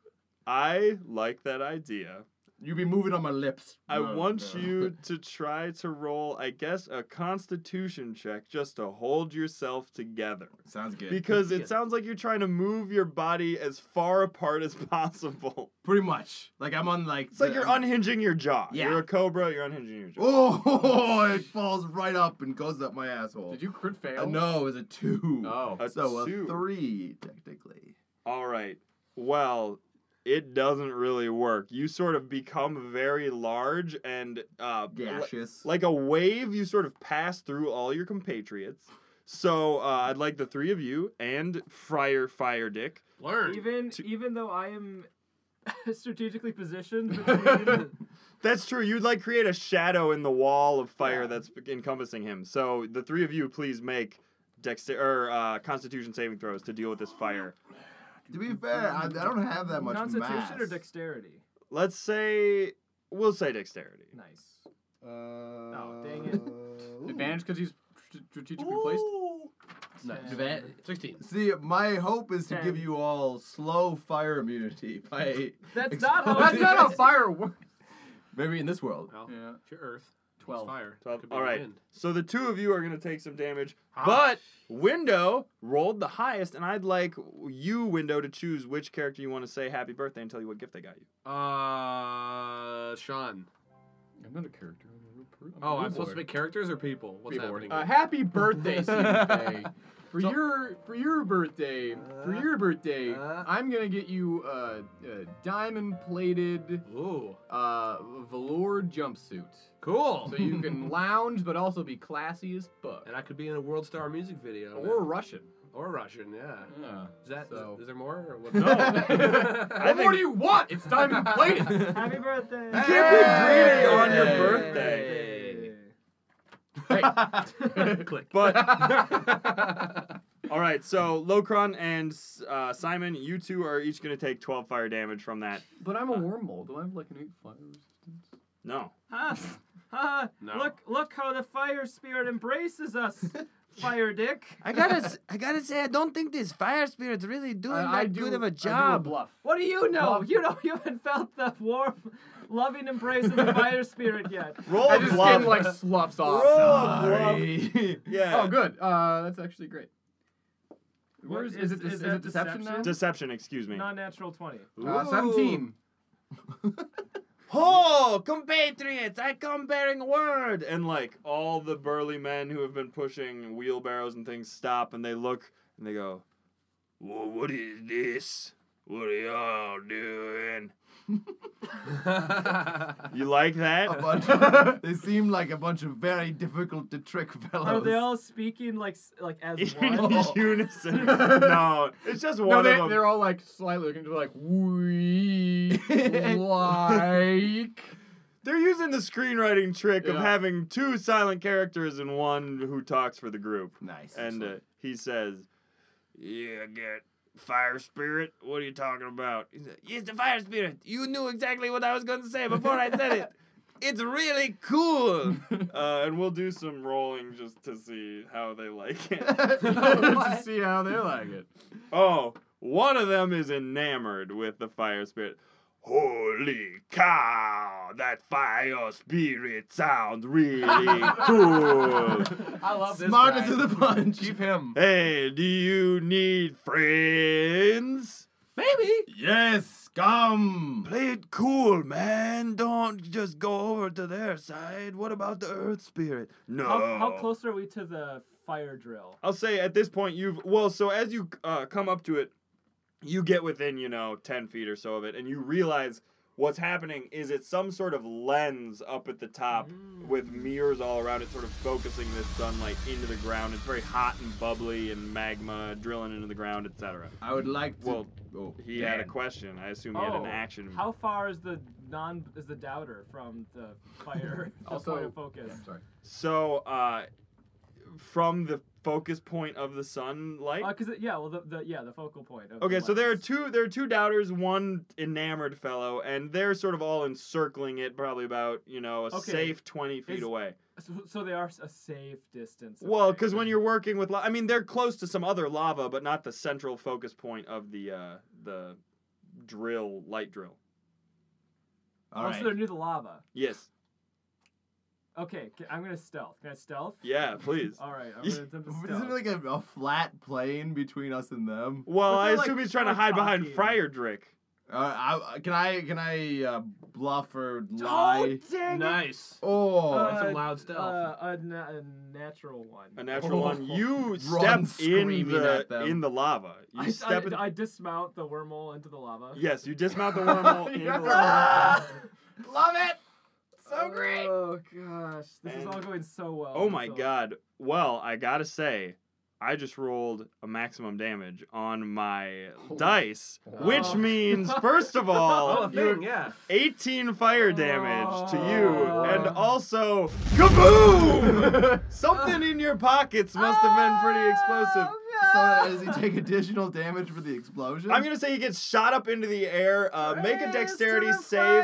Speaker 1: I like that idea.
Speaker 5: You be moving on my lips.
Speaker 1: I
Speaker 5: No,
Speaker 1: want
Speaker 5: no.
Speaker 1: you to try to roll, I guess, a constitution check just to hold yourself together.
Speaker 5: Sounds good.
Speaker 1: Because it sounds like you're trying to move your body as far apart as possible.
Speaker 5: Pretty much. Like I'm on like.
Speaker 1: It's like
Speaker 5: the-
Speaker 1: you're unhinging your jaw.
Speaker 5: Yeah.
Speaker 1: You're a cobra, you're unhinging your jaw.
Speaker 5: Oh, it falls right up and goes up my asshole.
Speaker 2: Did you crit fail?
Speaker 5: Uh, no, it was a two.
Speaker 2: Oh.
Speaker 1: A
Speaker 5: so a
Speaker 1: two.
Speaker 5: three technically.
Speaker 1: All right. Well, it doesn't really work. You sort of become very large and uh,
Speaker 5: Gaseous.
Speaker 1: Like a wave, you sort of pass through all your compatriots. So uh, I'd like the three of you and Friar Fire Dick.
Speaker 3: Learn.
Speaker 6: Even
Speaker 1: To-
Speaker 6: even though I am strategically positioned between
Speaker 1: That's true. You'd like create a shadow in the wall of fire that's encompassing him. So the three of you, please make dexter or uh, Constitution saving throws to deal with this fire.
Speaker 5: To be fair, I, I don't have that much
Speaker 6: Constitution
Speaker 5: mass.
Speaker 6: or dexterity.
Speaker 1: Let's say we'll say dexterity.
Speaker 6: Nice.
Speaker 5: Uh,
Speaker 6: dang it.
Speaker 5: ooh.
Speaker 2: Advantage because he's str- strategically placed.
Speaker 6: Ten.
Speaker 3: 16.
Speaker 5: See, my hope is to
Speaker 6: Ten.
Speaker 5: give you all slow fire immunity by
Speaker 6: That's not how
Speaker 2: That's
Speaker 6: it
Speaker 2: not
Speaker 6: is.
Speaker 2: a fire works.
Speaker 5: maybe in this world.
Speaker 3: Well,
Speaker 2: Yeah.
Speaker 3: it's your earth. It's
Speaker 2: Twelve.
Speaker 3: fire.
Speaker 1: Twelve.
Speaker 3: Could be
Speaker 1: All right.
Speaker 3: wind.
Speaker 1: So the two of you are going to take some damage,
Speaker 3: Ah.
Speaker 1: but Window rolled the highest, and I'd like you, Window, to choose which character you want to say happy birthday and tell you what gift they got you.
Speaker 3: Uh, Sean.
Speaker 2: I'm not a character. I'm a real per-
Speaker 3: Oh,
Speaker 2: a
Speaker 3: I'm supposed to
Speaker 2: board.
Speaker 3: make characters or people? What's
Speaker 2: People.
Speaker 3: happening?
Speaker 2: Uh,
Speaker 3: here?
Speaker 2: happy birthday, CJ. For your for your birthday, for
Speaker 3: Uh,
Speaker 2: your birthday,
Speaker 3: uh.
Speaker 2: I'm gonna get you a, a diamond-plated
Speaker 3: Ooh,
Speaker 2: uh, velour jumpsuit,
Speaker 3: cool.
Speaker 2: so you can lounge but also be classy as fuck.
Speaker 3: and I could be in a world star music video.
Speaker 2: Or
Speaker 3: man.
Speaker 2: Russian.
Speaker 3: or Russian, yeah.
Speaker 2: Yeah.
Speaker 3: Is that? Is
Speaker 2: So-
Speaker 3: is there more? Or what?
Speaker 1: No.
Speaker 2: What more do you want? It's diamond plated.
Speaker 6: Happy birthday.
Speaker 1: You can't be greedy on your
Speaker 5: Hey.
Speaker 1: birthday.
Speaker 3: Click.
Speaker 1: But all right, so Locron and uh, Simon, you two are each going to take twelve fire damage from that.
Speaker 2: but I'm a wormhole. Do I have like an eight fire resistance?
Speaker 1: No,
Speaker 6: Huh? Huh?
Speaker 3: No.
Speaker 6: Look look how the fire spirit embraces us. Fire dick.
Speaker 7: I gotta, s- I gotta say, I don't think this fire spirit's really doing that
Speaker 2: I, I do,
Speaker 7: good of
Speaker 2: I
Speaker 7: a
Speaker 2: do
Speaker 7: job.
Speaker 2: bluff.
Speaker 6: What do you know?
Speaker 2: Love-
Speaker 6: You don't you haven't felt the warm, loving embrace of the fire spirit yet.
Speaker 1: roll
Speaker 2: I
Speaker 1: a
Speaker 2: just
Speaker 1: bluff.
Speaker 2: skin like sloughs
Speaker 1: roll
Speaker 2: off.
Speaker 1: a bluff.
Speaker 5: Sorry.
Speaker 1: Yeah.
Speaker 2: Oh, good. Uh, that's actually great.
Speaker 6: What-
Speaker 2: Where is,
Speaker 6: is-
Speaker 2: is, it?
Speaker 6: is
Speaker 2: Is, is
Speaker 6: that
Speaker 2: it deception,
Speaker 6: deception?
Speaker 1: Deception, excuse me.
Speaker 6: Non-natural twenty.
Speaker 2: now? Uh, Seventeen.
Speaker 1: Oh, compatriots, I come bearing word. And like all the burly men who have been pushing wheelbarrows and things stop and they look and they go, well, What is this? What are y'all doing? You like
Speaker 5: a
Speaker 1: that?
Speaker 5: bunch of, they seem like a bunch of very difficult to trick fellows.
Speaker 6: Are they all speaking like s- like as one?
Speaker 1: In unison. No, it's just one
Speaker 2: No, they,
Speaker 1: of them.
Speaker 2: they're all like slightly looking, they're like we like.
Speaker 1: They're using the screenwriting trick of
Speaker 2: Yeah.
Speaker 1: having two silent characters and one who talks for the group.
Speaker 5: nice.
Speaker 1: And uh, he says, Yeah, I got fire spirit. What are you talking about? He's like,
Speaker 7: It's the fire spirit. You knew exactly what I was gonna say before I said it. It's really cool.
Speaker 1: uh, and we'll do some rolling just to see how they like it.
Speaker 2: to see how they like it.
Speaker 1: oh, one of them is enamored with the fire spirit. Holy cow! That fire spirit sounds really cool.
Speaker 3: I love this.
Speaker 5: Smartest
Speaker 3: guy.
Speaker 5: of the bunch.
Speaker 3: Keep him.
Speaker 1: Hey, do you need friends?
Speaker 5: Yes, come.
Speaker 7: Play it cool, man. Don't just go over to their side. What about the earth spirit?
Speaker 1: No.
Speaker 6: How, how close are we to the fire drill?
Speaker 1: I'll say at this point you've well, so as you uh, come up to it, you get within you know ten feet or so of it, and you realize what's happening is it's some sort of lens up at the top
Speaker 6: Mm.
Speaker 1: with mirrors all around it, sort of focusing this sunlight into the ground. It's very hot and bubbly and magma drilling into the ground, etc.
Speaker 5: I would like to.
Speaker 1: Well,
Speaker 5: oh,
Speaker 1: He had a question. I assume he had an
Speaker 6: Oh,
Speaker 1: action.
Speaker 6: How far is the non is the doubter from the fire the
Speaker 2: Also-
Speaker 6: point of focus?
Speaker 2: Yeah, sorry.
Speaker 1: So uh, from the focus point of the sunlight.
Speaker 6: Because Uh, yeah, well the, the yeah the focal point. Of the
Speaker 1: Okay, so there are
Speaker 6: lens.
Speaker 1: two there are two doubters, one enamored fellow, and they're sort of all encircling it, probably about you know a
Speaker 6: Okay.
Speaker 1: safe twenty feet
Speaker 6: Is-
Speaker 1: away.
Speaker 6: So, so they are s- a safe distance.
Speaker 1: Well,
Speaker 6: away.
Speaker 1: because when you're working with, la- I mean, they're close to some other lava, but not the central focus point of the uh, the drill light drill.
Speaker 5: All
Speaker 6: oh,
Speaker 5: right.
Speaker 6: so they're near the lava.
Speaker 1: Yes.
Speaker 6: Okay, ca- I'm gonna stealth. Can I stealth?
Speaker 1: Yeah. Please.
Speaker 6: All right, I'm gonna attempt to
Speaker 5: Isn't
Speaker 6: stealth.
Speaker 5: there like a, a flat plane between us and them?
Speaker 1: well,
Speaker 6: But
Speaker 1: I
Speaker 6: they're, like,
Speaker 1: assume he's trying to
Speaker 6: kinda
Speaker 1: hide behind
Speaker 6: cocky.
Speaker 1: Friar Drick.
Speaker 5: Uh, I, can I can I uh, bluff or
Speaker 6: oh
Speaker 5: lie?
Speaker 6: dang! it.
Speaker 3: Nice.
Speaker 5: Oh,
Speaker 6: Uh,
Speaker 3: That's a loud stealth.
Speaker 6: Uh, a, na- a natural one.
Speaker 1: A natural
Speaker 6: Oh.
Speaker 1: one. You
Speaker 5: Run
Speaker 1: step in
Speaker 5: screaming
Speaker 1: the
Speaker 5: at them.
Speaker 1: in the lava. You
Speaker 6: I, I,
Speaker 1: step in.
Speaker 6: I dismount the wormhole into the lava.
Speaker 1: yes, you dismount the wormhole. in the lava.
Speaker 6: Ah!
Speaker 5: love it. So
Speaker 6: Oh gosh, this is all
Speaker 1: And-
Speaker 6: going so well.
Speaker 1: Oh my
Speaker 6: until-
Speaker 1: god. Well, I gotta say, I just rolled a maximum damage on my dice, which means, first of
Speaker 3: Oh, a
Speaker 1: all,
Speaker 3: thing, yeah.
Speaker 1: 18 fire damage to you, and
Speaker 6: Oh.
Speaker 1: also kaboom! Something in your pockets must have been pretty explosive.
Speaker 5: So uh, does he take additional damage for the explosion?
Speaker 1: I'm gonna say he gets shot up into the air. Uh, make a
Speaker 6: Praise
Speaker 1: dexterity
Speaker 6: to the
Speaker 1: save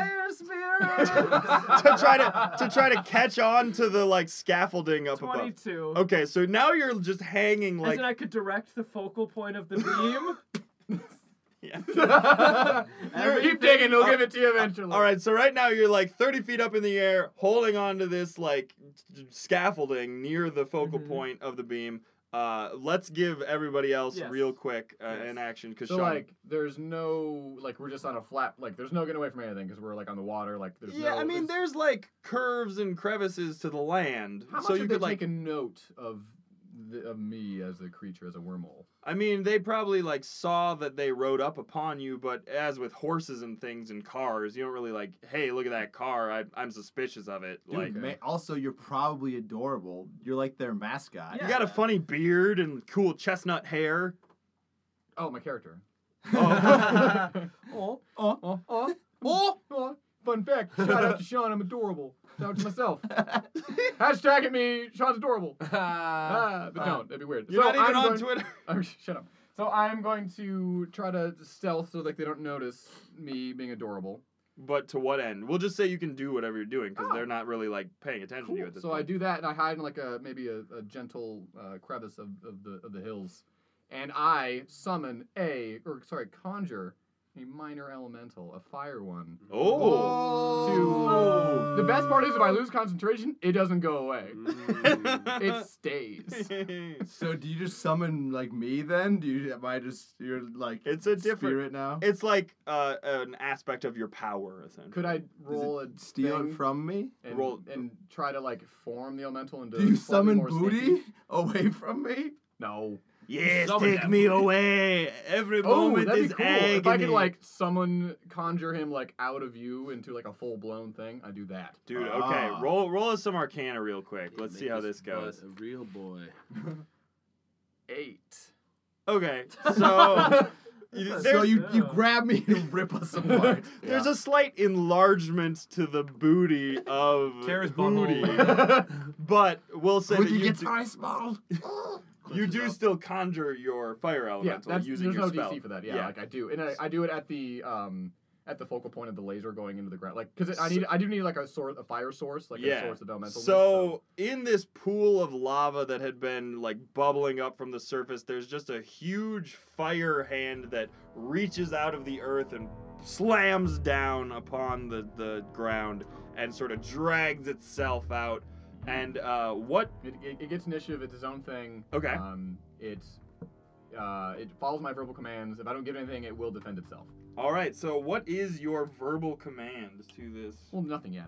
Speaker 6: Fire spirit.
Speaker 1: to try to to try to catch on to the like scaffolding up above.
Speaker 6: Twenty-two.
Speaker 1: Okay, so now you're just hanging
Speaker 6: As
Speaker 1: Oh, like
Speaker 6: in, I could direct the focal point of the beam.
Speaker 1: Yeah.
Speaker 3: Oh.
Speaker 2: Keep digging, he'll give it to you eventually.
Speaker 1: All right, so right now you're like 30 feet up in the air, holding onto this like t- t- scaffolding near the focal
Speaker 6: Mhm.
Speaker 1: point of the beam. Uh, let's give everybody else
Speaker 6: Yes.
Speaker 1: real quick uh,
Speaker 6: Yes.
Speaker 1: an action because
Speaker 2: So
Speaker 1: Sean.
Speaker 2: like, there's no like we're just on a flat like there's no getting away from anything because we're like on the water like there's
Speaker 1: yeah,
Speaker 2: no,
Speaker 1: I mean, there's like curves and crevices to the land,
Speaker 2: how much
Speaker 1: so
Speaker 2: did
Speaker 1: you
Speaker 2: they
Speaker 1: could like.
Speaker 2: take a note of the, of me as the creature as a wormhole?
Speaker 1: I mean, they probably like saw that they rode up upon you, but as with horses and things and cars, you don't really like. Hey, look at that car! I, I'm suspicious of it.
Speaker 5: Dude,
Speaker 1: like,
Speaker 5: ma- Oh, also you're probably adorable. You're like their mascot.
Speaker 1: you got a funny beard and cool chestnut hair.
Speaker 2: Oh, my character.
Speaker 1: Oh.
Speaker 2: oh, oh, oh, oh, oh. Fun fact. Shout out to Sean. I'm adorable. Shout out to myself. Hashtag at me. Sean's adorable. Ah, but no, that'd be weird.
Speaker 1: You're
Speaker 2: So
Speaker 1: not even
Speaker 2: I'm
Speaker 1: on
Speaker 2: going-
Speaker 1: Twitter.
Speaker 2: Oh, sh- shut up. So I'm going to try to stealth so like they don't notice me being adorable.
Speaker 1: But to what end? We'll just say you can do whatever you're doing because
Speaker 2: Oh.
Speaker 1: they're not really like paying attention to you at this
Speaker 2: So I
Speaker 1: point.
Speaker 2: do that and I hide in like a maybe a, a gentle uh, crevice of, of the of the hills, and I summon a or sorry conjure a minor elemental, a fire one.
Speaker 1: Oh.
Speaker 2: to- The best part is if I lose concentration, it doesn't go away.
Speaker 1: Mm.
Speaker 2: It stays.
Speaker 5: So do you just summon like me then? Do you am I just you're like
Speaker 1: It's a different-
Speaker 5: spirit now?
Speaker 1: it's like uh, an aspect of your power, essentially.
Speaker 2: Could I roll a
Speaker 5: Steal
Speaker 2: thing
Speaker 5: it from me?
Speaker 2: and,
Speaker 1: roll-
Speaker 2: and try to like form the elemental into
Speaker 5: Do you
Speaker 2: slightly
Speaker 5: summon
Speaker 2: more
Speaker 5: booty
Speaker 2: snaky?
Speaker 5: away from me?
Speaker 2: No.
Speaker 7: Yes,
Speaker 3: Summon
Speaker 7: take
Speaker 3: that
Speaker 7: me
Speaker 3: boy.
Speaker 7: away. Every
Speaker 2: Oh,
Speaker 7: moment
Speaker 2: that'd
Speaker 7: is
Speaker 2: be cool.
Speaker 7: agony.
Speaker 2: If I could like summon, conjure him like out of you into like a full blown thing, I do that.
Speaker 1: Dude, okay.
Speaker 5: Ah.
Speaker 1: Roll roll us some arcana real quick. Let's see
Speaker 3: Make
Speaker 1: how this goes.
Speaker 3: bud A real boy.
Speaker 2: Eight.
Speaker 1: Okay. So you-
Speaker 5: so
Speaker 1: there's-
Speaker 5: you, you
Speaker 6: Yeah.
Speaker 5: grab me and rip us apart.
Speaker 1: There's a slight enlargement to the booty of
Speaker 3: Tara's
Speaker 1: booty,
Speaker 3: butthole.
Speaker 1: but we'll say
Speaker 5: when
Speaker 1: that
Speaker 5: you
Speaker 1: you
Speaker 5: get
Speaker 1: do,
Speaker 5: my small.
Speaker 1: you do still conjure your fire
Speaker 2: Yeah,
Speaker 1: elemental
Speaker 2: that's,
Speaker 1: using
Speaker 2: there's
Speaker 1: your
Speaker 2: no
Speaker 1: spell.
Speaker 2: DC for that. Yeah, like I do, and I, I do it at the um at the focal point of the laser going into the ground, like because I need I do need like a source, a fire source, like
Speaker 1: Yeah.
Speaker 2: a source of elemental.
Speaker 1: So in this pool of lava that had been like bubbling up from the surface, there's just a huge fire hand that reaches out of the earth and slams down upon the, the ground and sort of drags itself out. And uh, what?
Speaker 2: It, it, it gets initiative. It's its own thing.
Speaker 1: Okay.
Speaker 2: Um, it's uh, it follows my verbal commands. If I don't give anything, it will defend itself.
Speaker 1: All right. So what is your verbal command to this?
Speaker 2: Well, nothing yet.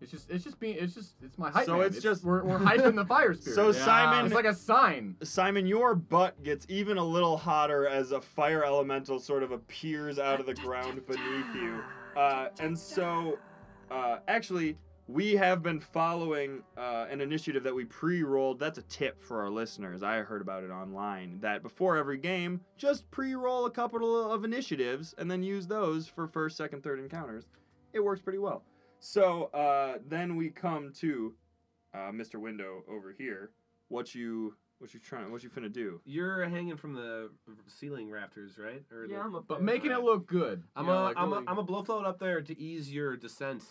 Speaker 2: It's just it's just being it's just it's my hype.
Speaker 1: So
Speaker 2: man.
Speaker 1: it's just-
Speaker 2: we're, we're hyping the fire spirit.
Speaker 1: So Simon,
Speaker 2: it's like a sign.
Speaker 1: Simon, your butt gets even a little hotter as a fire elemental sort of appears out of the ground beneath you. Uh, and so, uh, actually, we have been following uh, an initiative that we pre rolled. That's a tip for our listeners. I heard about it online that before every game, just pre roll a couple of initiatives and then use those for first, second, third encounters. It works pretty well. So uh, then we come to uh, Mr. Window over here. What you what you trying? What you finna do?
Speaker 3: You're hanging from the ceiling rafters, right? Or the-
Speaker 6: yeah, I'm a.
Speaker 2: But
Speaker 6: big-
Speaker 2: making it look good.
Speaker 3: I'm
Speaker 2: you know,
Speaker 3: a,
Speaker 2: like
Speaker 3: am
Speaker 2: really-
Speaker 3: a, I'm a blow float up there to ease your descent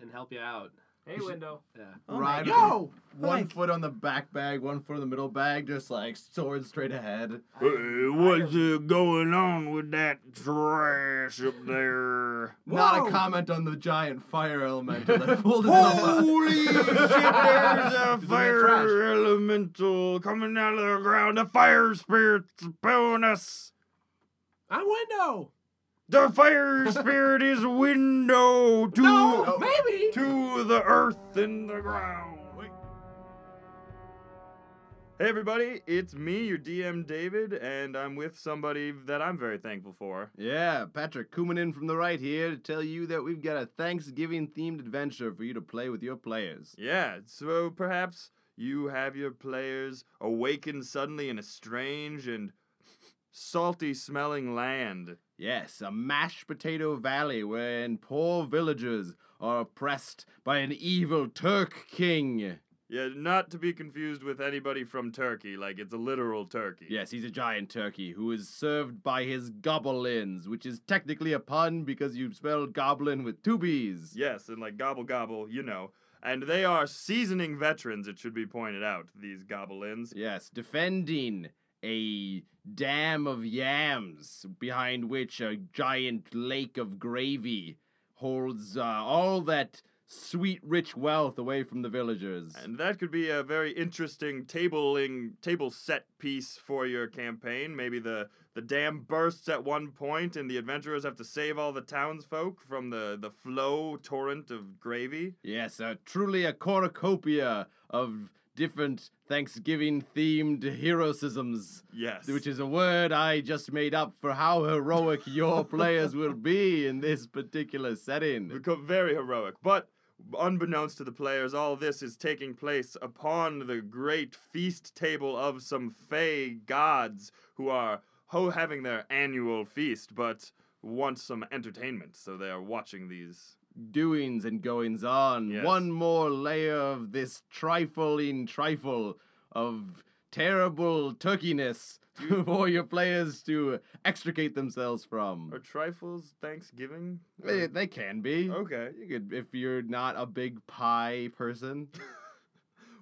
Speaker 3: and help you out.
Speaker 6: Hey, window.
Speaker 3: Yeah.
Speaker 5: Ride
Speaker 3: Yo!
Speaker 5: one foot on the back bag, one foot on the middle bag, just like sword straight ahead.
Speaker 7: What's uh, going on with that trash up there?
Speaker 5: Not a
Speaker 3: Whoa!
Speaker 5: comment on the giant fire elemental that pulled itself up.
Speaker 7: Holy shit, there's a fire elemental coming out of the ground. The fire spirit's upon us.
Speaker 3: I'm window!
Speaker 7: The fire spirit is window to,
Speaker 3: No! Maybe!
Speaker 7: to the earth and the ground.
Speaker 1: Hey everybody, it's me, your DM David, and I'm with somebody that I'm very thankful for.
Speaker 5: Yeah, Patrick Kuman in from the right here to tell you that we've got a Thanksgiving themed adventure for you to play with your players.
Speaker 1: Yeah, so perhaps you have your players awaken suddenly in a strange and salty smelling land.
Speaker 5: Yes, a mashed potato valley wherein poor villagers are oppressed by an evil Turk king.
Speaker 1: Yeah, not to be confused with anybody from Turkey, like it's a literal turkey.
Speaker 5: Yes, he's a giant turkey who is served by his goblins, which is technically a pun because you spell goblin with two B's.
Speaker 1: Yes, and like gobble gobble, you know. And they are seasoning veterans, it should be pointed out, these goblins.
Speaker 5: Yes, defending a dam of yams behind which a giant lake of gravy holds uh, all that sweet rich wealth away from the villagers.
Speaker 1: And that could be a very interesting tabling table set piece for your campaign. Maybe the the dam bursts at one point and the adventurers have to save all the townsfolk from the the flow torrent of gravy.
Speaker 5: yes, uh, truly a cornucopia of different Thanksgiving themed heroisms.
Speaker 1: Yes.
Speaker 5: Which is a word I just made up for how heroic your players will be in this particular setting.
Speaker 1: Become very heroic. But unbeknownst to the players, all this is taking place upon the great feast table of some fey gods who are ho having their annual feast, but want some entertainment, so they are watching these.
Speaker 5: Doings and goings on.
Speaker 1: Yes.
Speaker 5: One more layer of this trifling trifle of terrible turkeyness for your players to extricate themselves from.
Speaker 1: Are trifles Thanksgiving?
Speaker 5: They, they can be.
Speaker 1: Okay.
Speaker 5: You could, if you're not a big pie person.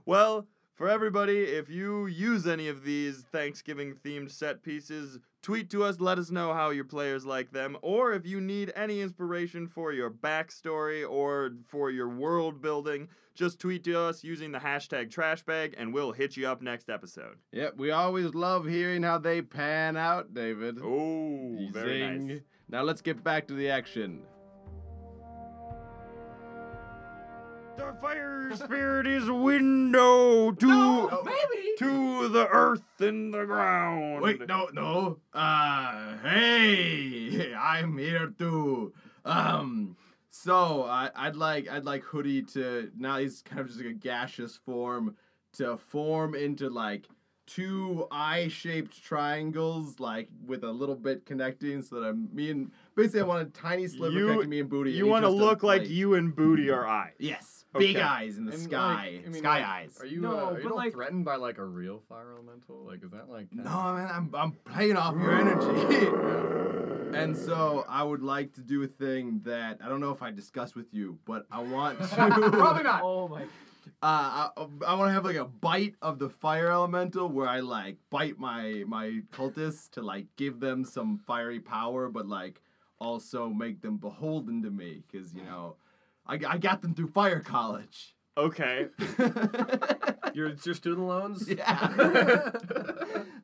Speaker 1: Well, for everybody, if you use any of these Thanksgiving themed set pieces, tweet to us, let us know how your players like them, or if you need any inspiration for your backstory or for your world building, just tweet to us using the hashtag trashbag and we'll hit you up next episode.
Speaker 5: Yep, we always love hearing how they pan out, David.
Speaker 1: Oh, very
Speaker 5: Zing.
Speaker 1: nice.
Speaker 5: Now let's get back to the action.
Speaker 7: The fire spirit is window to
Speaker 3: Maybe.
Speaker 7: to the earth and the ground.
Speaker 5: Wait, no, no. Uh, hey, I'm here too. Um, so I, I'd like, I'd like Hoodie to now he's kind of just like a gaseous form to form into like two eye-shaped triangles, like with a little bit connecting, so that I'm me and basically I want a tiny sliver
Speaker 1: You-
Speaker 5: connecting me and Booty.
Speaker 1: You want to look like
Speaker 5: you.
Speaker 1: you and Booty are eyes.
Speaker 5: Yes,
Speaker 1: Okay.
Speaker 5: big eyes in the
Speaker 2: And, like,
Speaker 5: sky,
Speaker 2: I mean,
Speaker 5: sky
Speaker 2: like,
Speaker 5: eyes.
Speaker 2: Are you,
Speaker 6: No,
Speaker 2: uh, are you
Speaker 6: but,
Speaker 2: not
Speaker 6: like-
Speaker 2: threatened by like a real fire elemental? Like, is that like?
Speaker 5: No, man, I'm, I'm playing off your energy. and so I would like to do a thing that I don't know if I discussed with you, but I want to.
Speaker 2: probably not.
Speaker 6: Oh my.
Speaker 5: Uh, I, I want to have like a bite of the fire elemental where I like bite my my cultists to like give them some fiery power, but like also make them beholden to me because you know I, I got them through fire college.
Speaker 1: Okay.
Speaker 3: Your it's your student loans.
Speaker 5: Yeah.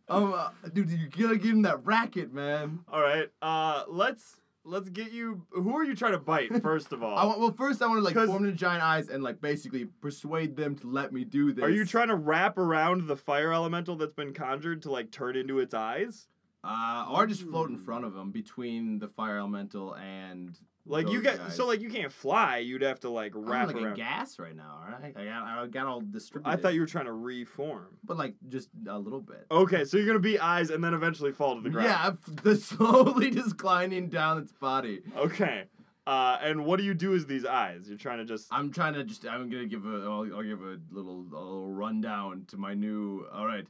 Speaker 5: um, uh, dude, you gotta give him that racket, man.
Speaker 1: All right. Uh let's let's get you who are you trying to bite first of all?
Speaker 5: I want, well, first I want to like
Speaker 1: 'Cause-
Speaker 5: form the giant eyes and like basically persuade them to let me do this.
Speaker 1: Are you trying to wrap around the fire elemental that's been conjured to like turn into its eyes?
Speaker 5: Uh, or just float in front of them between the fire elemental and
Speaker 1: Like you
Speaker 5: Those
Speaker 1: get
Speaker 5: guys.
Speaker 1: so like you can't fly. You'd have to like
Speaker 5: I'm
Speaker 1: wrap
Speaker 5: like a
Speaker 1: around.
Speaker 5: gas right now. All right, I got I got all distributed.
Speaker 1: I thought you were trying to reform.
Speaker 5: but like just a little bit.
Speaker 1: Okay, so you're gonna be eyes and then eventually fall to the ground.
Speaker 5: yeah, I'm f- the slowly declining down its body.
Speaker 1: Okay. Uh, and what do you do as these eyes? You're trying to just.
Speaker 5: I'm trying to just. I'm gonna give a. I'll, I'll give a little, a little rundown to my new. All right.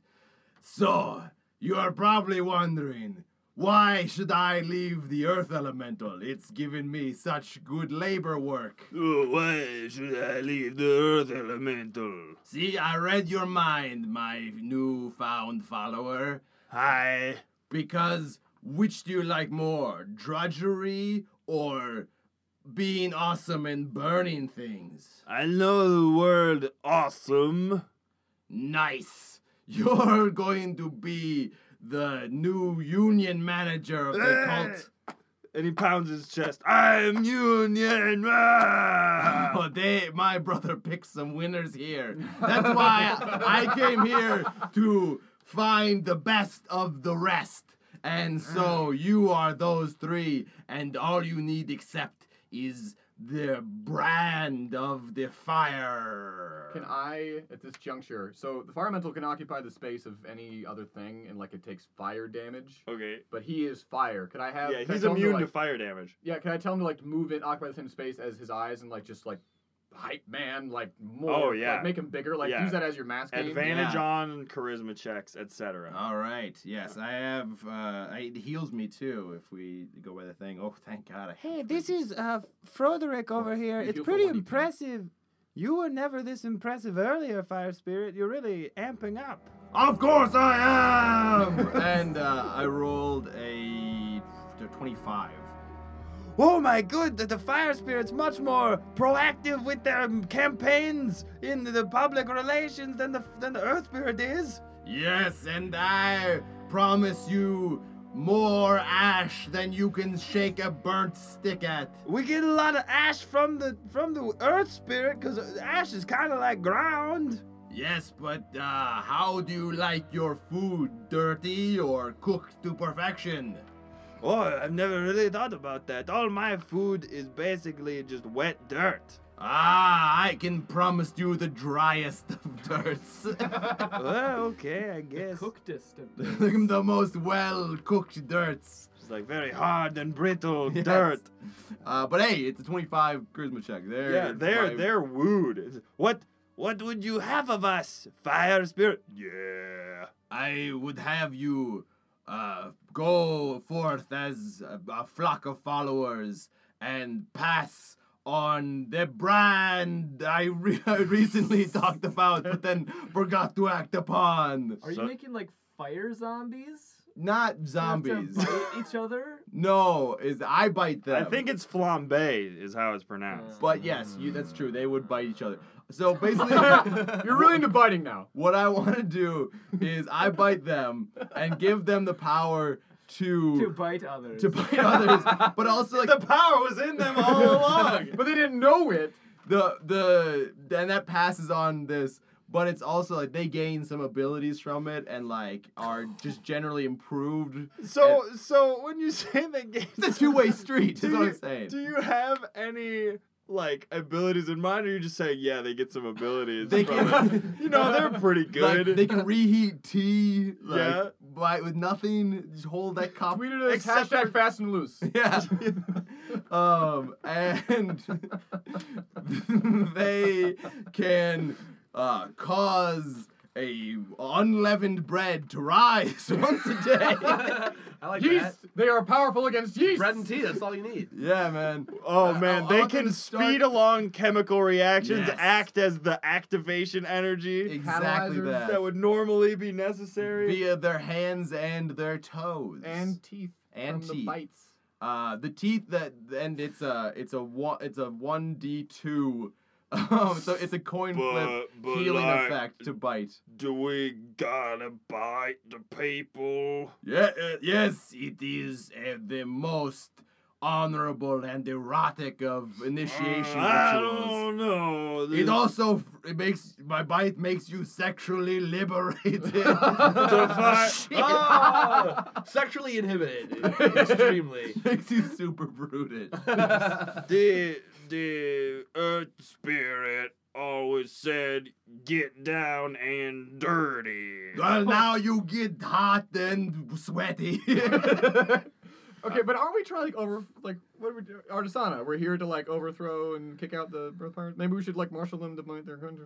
Speaker 5: So you are probably wondering why should I leave the Earth Elemental? It's given me such good labor work.
Speaker 7: Oh, why should I leave the earth elemental?
Speaker 5: See, I read your mind, my newfound follower.
Speaker 7: Hi.
Speaker 5: Because which do you like more, drudgery or being awesome and burning things?
Speaker 7: I know the word awesome.
Speaker 5: Nice. You're going to be the new union manager of the cult.
Speaker 1: And he pounds his chest.
Speaker 7: I'm union. Ah!
Speaker 5: Oh, they, my brother picked some winners here. That's why I came here to find the best of the rest. And so you are those three, and all you need except is the brand of the fire.
Speaker 2: Can I, at this juncture, so the fire elemental can occupy the space of any other thing, and like it takes fire damage,
Speaker 1: Okay.
Speaker 2: but he is fire. Could I have?
Speaker 1: Oh. Yeah,
Speaker 2: can I
Speaker 1: he's
Speaker 2: tell him
Speaker 1: immune
Speaker 2: to,
Speaker 1: to
Speaker 2: like,
Speaker 1: fire damage.
Speaker 2: Yeah, can I tell him to like move in, occupy the same space as his eyes, and like just like hype man, like more.
Speaker 1: Oh,
Speaker 2: like,
Speaker 1: yeah.
Speaker 2: make him bigger. Like
Speaker 1: Yeah.
Speaker 2: use that as your mask. game.
Speaker 1: Advantage
Speaker 5: yeah. Oh.
Speaker 1: on charisma checks, etc.
Speaker 5: All right. Yes, I have. Uh, I, it heals me too if we go by the thing. Oh, thank God! I
Speaker 8: Hey, this is uh, Froderick over here.
Speaker 5: Thank
Speaker 8: It's
Speaker 5: you for
Speaker 8: pretty
Speaker 5: what you do.
Speaker 8: impressive. You were never this impressive earlier, Fire Spirit. You're really amping up.
Speaker 5: Of course I am. and uh, I rolled a twenty-five.
Speaker 8: Oh my good, the, the Fire Spirit's much more proactive with their um, campaigns in the public relations than the than the Earth Spirit is.
Speaker 5: Yes, and I promise you more ash than you can shake a burnt stick at.
Speaker 8: We get a lot of ash from the from the Earth Spirit because ash is kind of like ground.
Speaker 5: Yes, but uh, how do you like your food? Dirty or cooked to perfection?
Speaker 8: Oh, I've never really thought about that. All my food is basically just wet dirt.
Speaker 5: Ah, I can promise you the driest of dirts.
Speaker 8: oh, okay, I guess.
Speaker 6: Cookedest of
Speaker 5: the most well cooked dirts.
Speaker 8: It's like very hard and brittle
Speaker 5: Yes.
Speaker 8: dirt.
Speaker 5: Uh, but hey, it's a 25 charisma check. There.
Speaker 1: Yeah, they're
Speaker 5: my-
Speaker 1: they're wooed. It's, What what would you have of us, fire spirit? Yeah.
Speaker 5: I would have you uh, go forth as a, a flock of followers and pass on the brand I, re- I recently talked about, but then forgot to act upon.
Speaker 6: Are you making like fire zombies?
Speaker 5: Not
Speaker 6: You have to
Speaker 5: zombies.
Speaker 6: bite each other?
Speaker 5: no, is I bite them.
Speaker 1: I think it's flambe is how it's pronounced.
Speaker 5: But yes, you, that's true. They would bite each other. So basically,
Speaker 2: You're really into biting now.
Speaker 5: what I want to do is I bite them and give them the power
Speaker 6: To
Speaker 5: to
Speaker 6: bite others.
Speaker 5: to bite others, but also like the power was in them all along.
Speaker 2: But they didn't know it.
Speaker 5: the the then that passes on this, but it's also like they gain some abilities from it and like are just generally improved.
Speaker 1: So so when you say the game
Speaker 5: It's a two way street.
Speaker 1: Do
Speaker 5: That's what I'm
Speaker 1: you-
Speaker 5: saying.
Speaker 1: Do you have any like abilities in mind, or you just say, yeah, they get some abilities?
Speaker 5: They
Speaker 1: from
Speaker 5: can-
Speaker 1: it? you know, they're pretty
Speaker 5: Like,
Speaker 1: good.
Speaker 5: they can reheat tea, like,
Speaker 1: Yeah.
Speaker 5: bite with nothing, just hold that cup.
Speaker 2: Tweeted us
Speaker 5: Except
Speaker 2: hashtag fast and loose.
Speaker 5: Yeah. um, and they can uh, cause a unleavened bread to rise once a day.
Speaker 3: I like that.
Speaker 2: Yeast. They are powerful against yeast.
Speaker 3: Bread and tea. That's all you need.
Speaker 5: yeah, man.
Speaker 1: oh
Speaker 5: I-
Speaker 1: man,
Speaker 5: I- I
Speaker 1: they
Speaker 5: want them
Speaker 1: can
Speaker 5: to start-
Speaker 1: speed along chemical reactions,
Speaker 5: Yes.
Speaker 1: act as the activation energy
Speaker 5: Exactly
Speaker 2: Catalyzers
Speaker 5: that.
Speaker 1: that would normally be necessary.
Speaker 5: Via their hands and their toes.
Speaker 2: and teeth.
Speaker 5: And
Speaker 2: from
Speaker 5: teeth.
Speaker 2: The bites.
Speaker 5: uh, the teeth that and it's a it's a one it's a one d two. Um, so it's a coin flip
Speaker 7: But- but
Speaker 5: healing
Speaker 7: like-
Speaker 5: effect to bite.
Speaker 7: Do we gotta bite the people?
Speaker 5: Yeah, uh, yes, it is uh, the most honorable and erotic of initiation
Speaker 7: Uh,
Speaker 2: Ah,
Speaker 7: I
Speaker 5: rituals.
Speaker 7: don't know.
Speaker 5: It also f- it makes my bite makes you sexually liberated.
Speaker 7: fi-
Speaker 5: Shit.
Speaker 3: Oh, sexually inhibited, extremely.
Speaker 5: makes you super brooded.
Speaker 7: the the earth spirit always said get down and dirty.
Speaker 5: well, now you get hot and sweaty.
Speaker 2: Okay, but aren't we trying like over like what are we do? Artisana? We're here to like overthrow and kick out the birth pirates. Maybe we should like marshal them to point their country.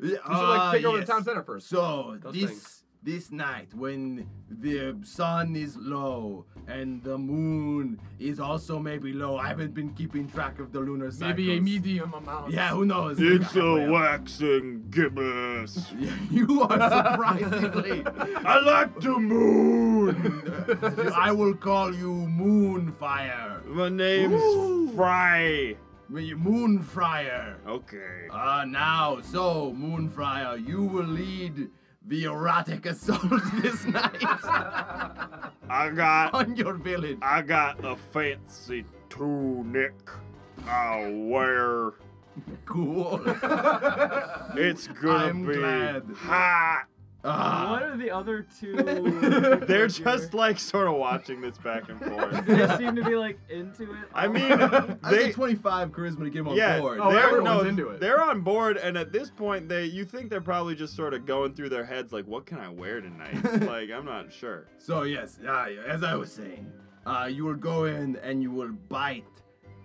Speaker 2: We should
Speaker 5: Ah,
Speaker 2: like take over the
Speaker 5: yes.
Speaker 2: town center first.
Speaker 5: So
Speaker 3: Those
Speaker 5: this
Speaker 3: things.
Speaker 5: this night when the sun is low and the moon is also maybe low. I haven't been keeping track of the lunar cycles.
Speaker 2: Maybe a medium amount.
Speaker 5: Yeah, who knows?
Speaker 7: It's a waxing gibbous.
Speaker 5: You are surprisingly.
Speaker 7: I like the moon.
Speaker 5: I will call you Moonfire.
Speaker 7: My name's Fry.
Speaker 5: Moonfryer.
Speaker 7: Okay.
Speaker 5: Ah, now, so, Moonfryer, you will lead the erotic assault this night
Speaker 7: I got
Speaker 5: on your village.
Speaker 7: I got a fancy tunic. I wear.
Speaker 5: Cool.
Speaker 7: It's gonna
Speaker 5: I'm
Speaker 7: be
Speaker 5: glad.
Speaker 7: hot
Speaker 6: What
Speaker 5: Ah.
Speaker 6: are the other two?
Speaker 1: They're
Speaker 6: figures?
Speaker 1: just like sort of watching this back and forth.
Speaker 6: They seem to be like into it.
Speaker 1: I
Speaker 6: all.
Speaker 1: mean,
Speaker 5: I
Speaker 1: they
Speaker 5: think 25 charisma to get him on
Speaker 1: yeah,
Speaker 5: board.
Speaker 2: Oh,
Speaker 1: they're
Speaker 2: everyone's
Speaker 1: no,
Speaker 2: into it.
Speaker 1: they're on board, and at this point, they you think they're probably just sort of going through their heads like, what can I wear tonight? like, I'm not sure.
Speaker 5: So yes, uh, as I was saying, uh, you will go in and you will bite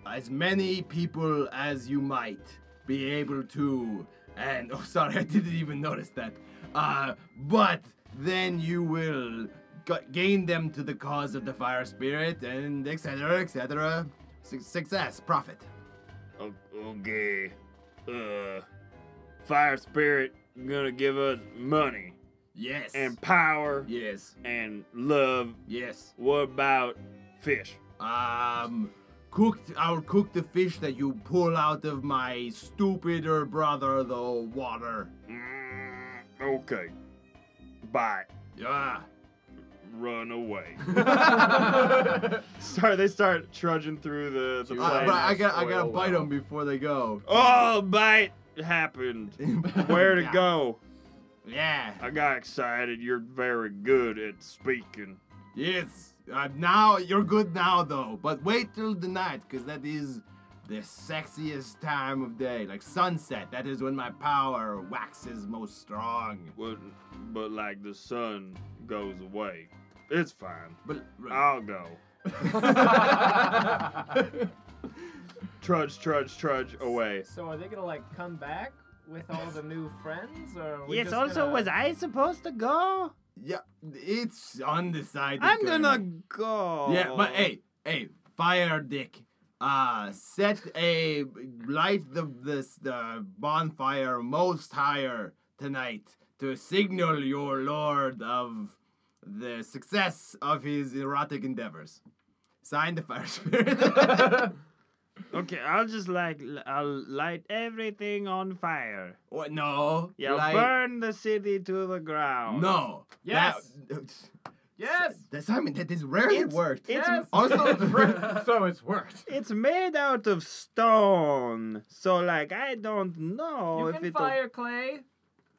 Speaker 5: as many people as you might be able to. And oh, sorry, I didn't even notice that. Uh, but then you will g- gain them to the cause of the fire spirit, and etc. etc. Su- success, profit.
Speaker 7: O- Okay. Uh, Fire Spirit gonna give us money
Speaker 5: Yes.
Speaker 7: and power
Speaker 5: yes.
Speaker 7: and love.
Speaker 5: Yes.
Speaker 7: What about fish?
Speaker 5: Um, cooked. I'll cook the fish that you pull out of my stupider brother, the water.
Speaker 7: Mm, okay. Bye.
Speaker 5: Yeah.
Speaker 7: Run away.
Speaker 1: Start they start trudging through the the
Speaker 5: Uh,
Speaker 1: plane.
Speaker 5: but I got I gotta
Speaker 2: oil
Speaker 5: bite
Speaker 2: well.
Speaker 5: them before they go.
Speaker 7: oh, bite happened. Where to go?
Speaker 5: Yeah.
Speaker 7: I got excited. You're very good at speaking.
Speaker 5: Yes. Uh, now you're good now though, but wait till the night, cause that is the sexiest time of day, like sunset. That is when my power waxes most strong.
Speaker 7: But, but like the sun goes away. It's fine.
Speaker 5: But
Speaker 1: Ah.
Speaker 7: I'll go. Trudge, trudge, trudge away.
Speaker 6: So are they gonna like come back with all the new friends, or are we
Speaker 8: Yes,
Speaker 6: just
Speaker 8: also,
Speaker 6: gonna...
Speaker 8: was I supposed to go?
Speaker 5: yeah, it's undecided.
Speaker 8: I'm
Speaker 5: currently.
Speaker 8: gonna go.
Speaker 5: Yeah,
Speaker 1: Um,
Speaker 5: but hey, hey, fire dick. Uh, set a light the this the bonfire most higher tonight to signal your lord of the success of his erotic endeavors. Signed the fire spirit.
Speaker 8: Okay, I'll just like l- I'll light everything on fire.
Speaker 5: what? No.
Speaker 8: Yeah,
Speaker 5: Like,
Speaker 8: burn the city to the ground.
Speaker 5: No.
Speaker 6: Yes.
Speaker 5: That,
Speaker 6: Yes.
Speaker 5: that Simon, that is rarely
Speaker 8: It's-
Speaker 5: worked.
Speaker 8: It's
Speaker 6: Yes.
Speaker 5: also,
Speaker 2: so it's worked.
Speaker 8: it's made out of stone, so like I don't know
Speaker 6: You
Speaker 8: if
Speaker 6: can
Speaker 8: it.
Speaker 6: fire clay.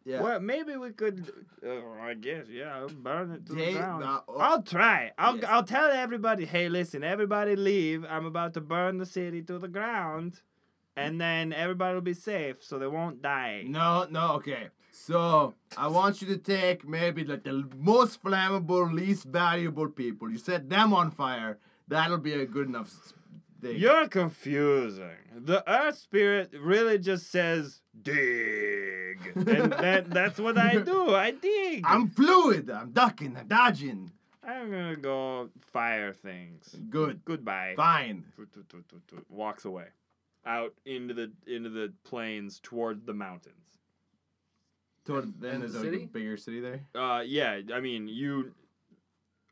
Speaker 5: yeah.
Speaker 8: Well, maybe we could. Uh, I guess yeah, I'll burn it to
Speaker 5: Jay-
Speaker 8: the ground.
Speaker 5: uh, oh.
Speaker 8: I'll try. I'll
Speaker 5: Yes.
Speaker 8: I'll tell everybody. Hey, listen, everybody, leave. I'm about to burn the city to the ground, and then everybody will be safe, so they won't die.
Speaker 5: No, no, okay. So I want you to take maybe like the most flammable, least valuable people. You set them on fire. That'll be a good enough s- thing.
Speaker 7: You're confusing. The earth spirit really just says dig.
Speaker 8: and that that's what I do. I dig.
Speaker 5: I'm fluid. I'm ducking. I'm dodging.
Speaker 8: I'm gonna go fire things.
Speaker 5: Good.
Speaker 8: Goodbye.
Speaker 5: Fine.
Speaker 1: Toot, toot, toot, toot, toot. walks away out into the into the plains toward the mountains.
Speaker 5: Toward then
Speaker 3: and
Speaker 5: there's
Speaker 3: the
Speaker 5: a
Speaker 3: city?
Speaker 5: bigger city there.
Speaker 1: Uh yeah, I mean you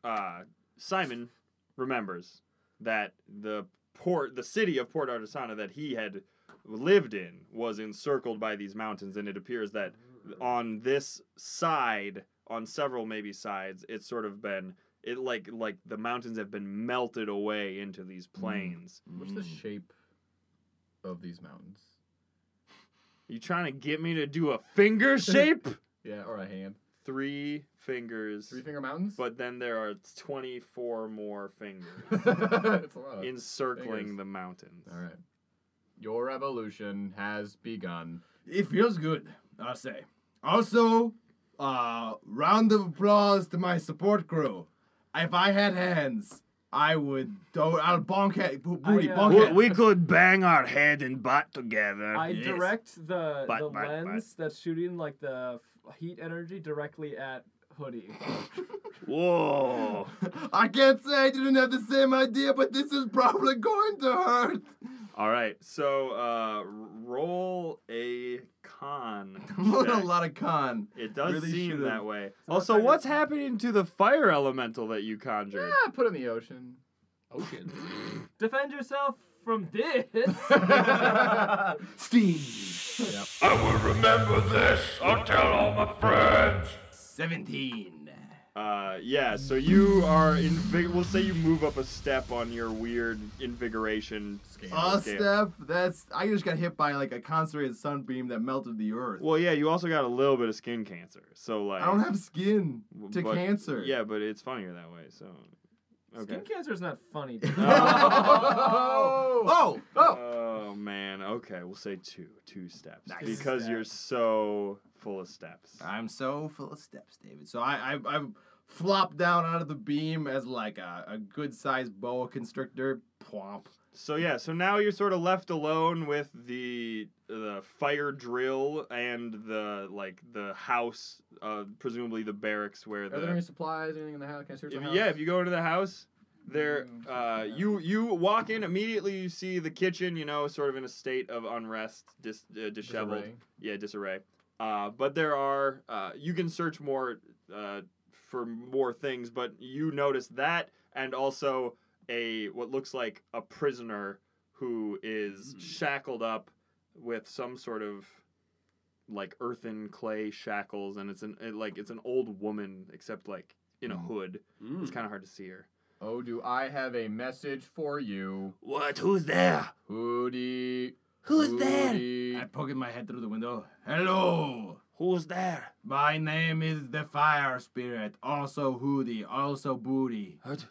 Speaker 1: uh Simon remembers that the port the city of Port Artisana that he had lived in was encircled by these mountains and it appears that on this side on several maybe sides it's sort of been it like like the mountains have been melted away into these plains.
Speaker 2: What's the
Speaker 5: Mm.
Speaker 2: shape of these mountains?
Speaker 1: You trying to get me to do a finger shape?
Speaker 2: Yeah, or a hand.
Speaker 1: Three fingers.
Speaker 2: Three finger mountains.
Speaker 1: But then there are 24 more fingers
Speaker 2: it's a lot. Of...
Speaker 1: encircling
Speaker 2: fingers.
Speaker 1: the mountains.
Speaker 2: All right. Your evolution has begun.
Speaker 5: It feels good, I'll say. Also, uh, round of applause to my support crew. If I had hands, I would. do- I'll bonk head, bo- booty,
Speaker 6: I, uh,
Speaker 5: bonk
Speaker 7: We,
Speaker 5: head.
Speaker 7: we could bang our head and butt together.
Speaker 6: I
Speaker 5: Yes.
Speaker 6: direct the
Speaker 7: But-
Speaker 6: the
Speaker 7: but- but.
Speaker 6: lens that's shooting like the f- heat energy directly at hoodie.
Speaker 7: Whoa.
Speaker 5: I can't say I didn't have the same idea, but this is probably going to hurt.
Speaker 1: All right. So uh, r- roll a con.
Speaker 5: What a
Speaker 1: check.
Speaker 5: lot of con.
Speaker 1: It does
Speaker 5: Really
Speaker 1: seem
Speaker 5: should've.
Speaker 1: that way.
Speaker 6: So
Speaker 1: also,
Speaker 6: it's like
Speaker 1: what's
Speaker 6: a-
Speaker 1: happening to the fire elemental that you conjured?
Speaker 2: Ah, put in the ocean.
Speaker 3: Ocean.
Speaker 6: Defend yourself from this.
Speaker 7: I will remember this. I'll tell all my friends.
Speaker 5: 17.
Speaker 1: Uh, yeah, so you are invig. We'll say you move up a step on your weird invigoration scale.
Speaker 5: Uh,
Speaker 1: scale.
Speaker 5: Steph, that's I just got hit by like a concentrated sunbeam that melted the earth.
Speaker 1: Well, yeah, you also got a little bit of skin cancer, so like
Speaker 5: I don't have skin to
Speaker 1: but-
Speaker 5: cancer.
Speaker 1: Yeah, but it's funnier that way. So okay.
Speaker 6: Skin cancer is not funny. dude.
Speaker 2: Oh!
Speaker 5: Oh,
Speaker 1: Oh man. Okay, we'll say two, two steps
Speaker 5: Nice.
Speaker 1: because you're so full of steps.
Speaker 5: I'm so full of steps, David. So I I, I flop down onto the beam as like a, a good sized boa constrictor. Plomp.
Speaker 1: So yeah, so now you're sort of left alone with the the fire drill and the like the house, uh, presumably the barracks where
Speaker 2: Are there any
Speaker 1: the
Speaker 2: supplies? Anything in the house? Can I search
Speaker 1: if,
Speaker 2: the
Speaker 1: yeah.
Speaker 2: house?
Speaker 1: If you go into the house, there
Speaker 2: Mm,
Speaker 1: uh, you you walk in immediately. You see the kitchen, you know, sort of in a state of unrest, dis, uh, disheveled,
Speaker 2: Disarray.
Speaker 1: yeah, disarray. Uh, but there are uh, you can search more uh, for more things, but you notice that and also a what looks like a prisoner who is shackled up with some sort of like earthen clay shackles and it's an it, like it's an old woman except like in a hood
Speaker 3: Mm.
Speaker 1: it's kind of hard to see her
Speaker 2: Oh, do I have a message for you?
Speaker 7: What? Who's there?
Speaker 2: Hoodie.
Speaker 7: Who's there?
Speaker 2: hoodie.
Speaker 5: I poking my head through the window. Hello.
Speaker 7: Who's there?
Speaker 5: My name is the Fire Spirit, also Hoodie, also Booty.
Speaker 7: What?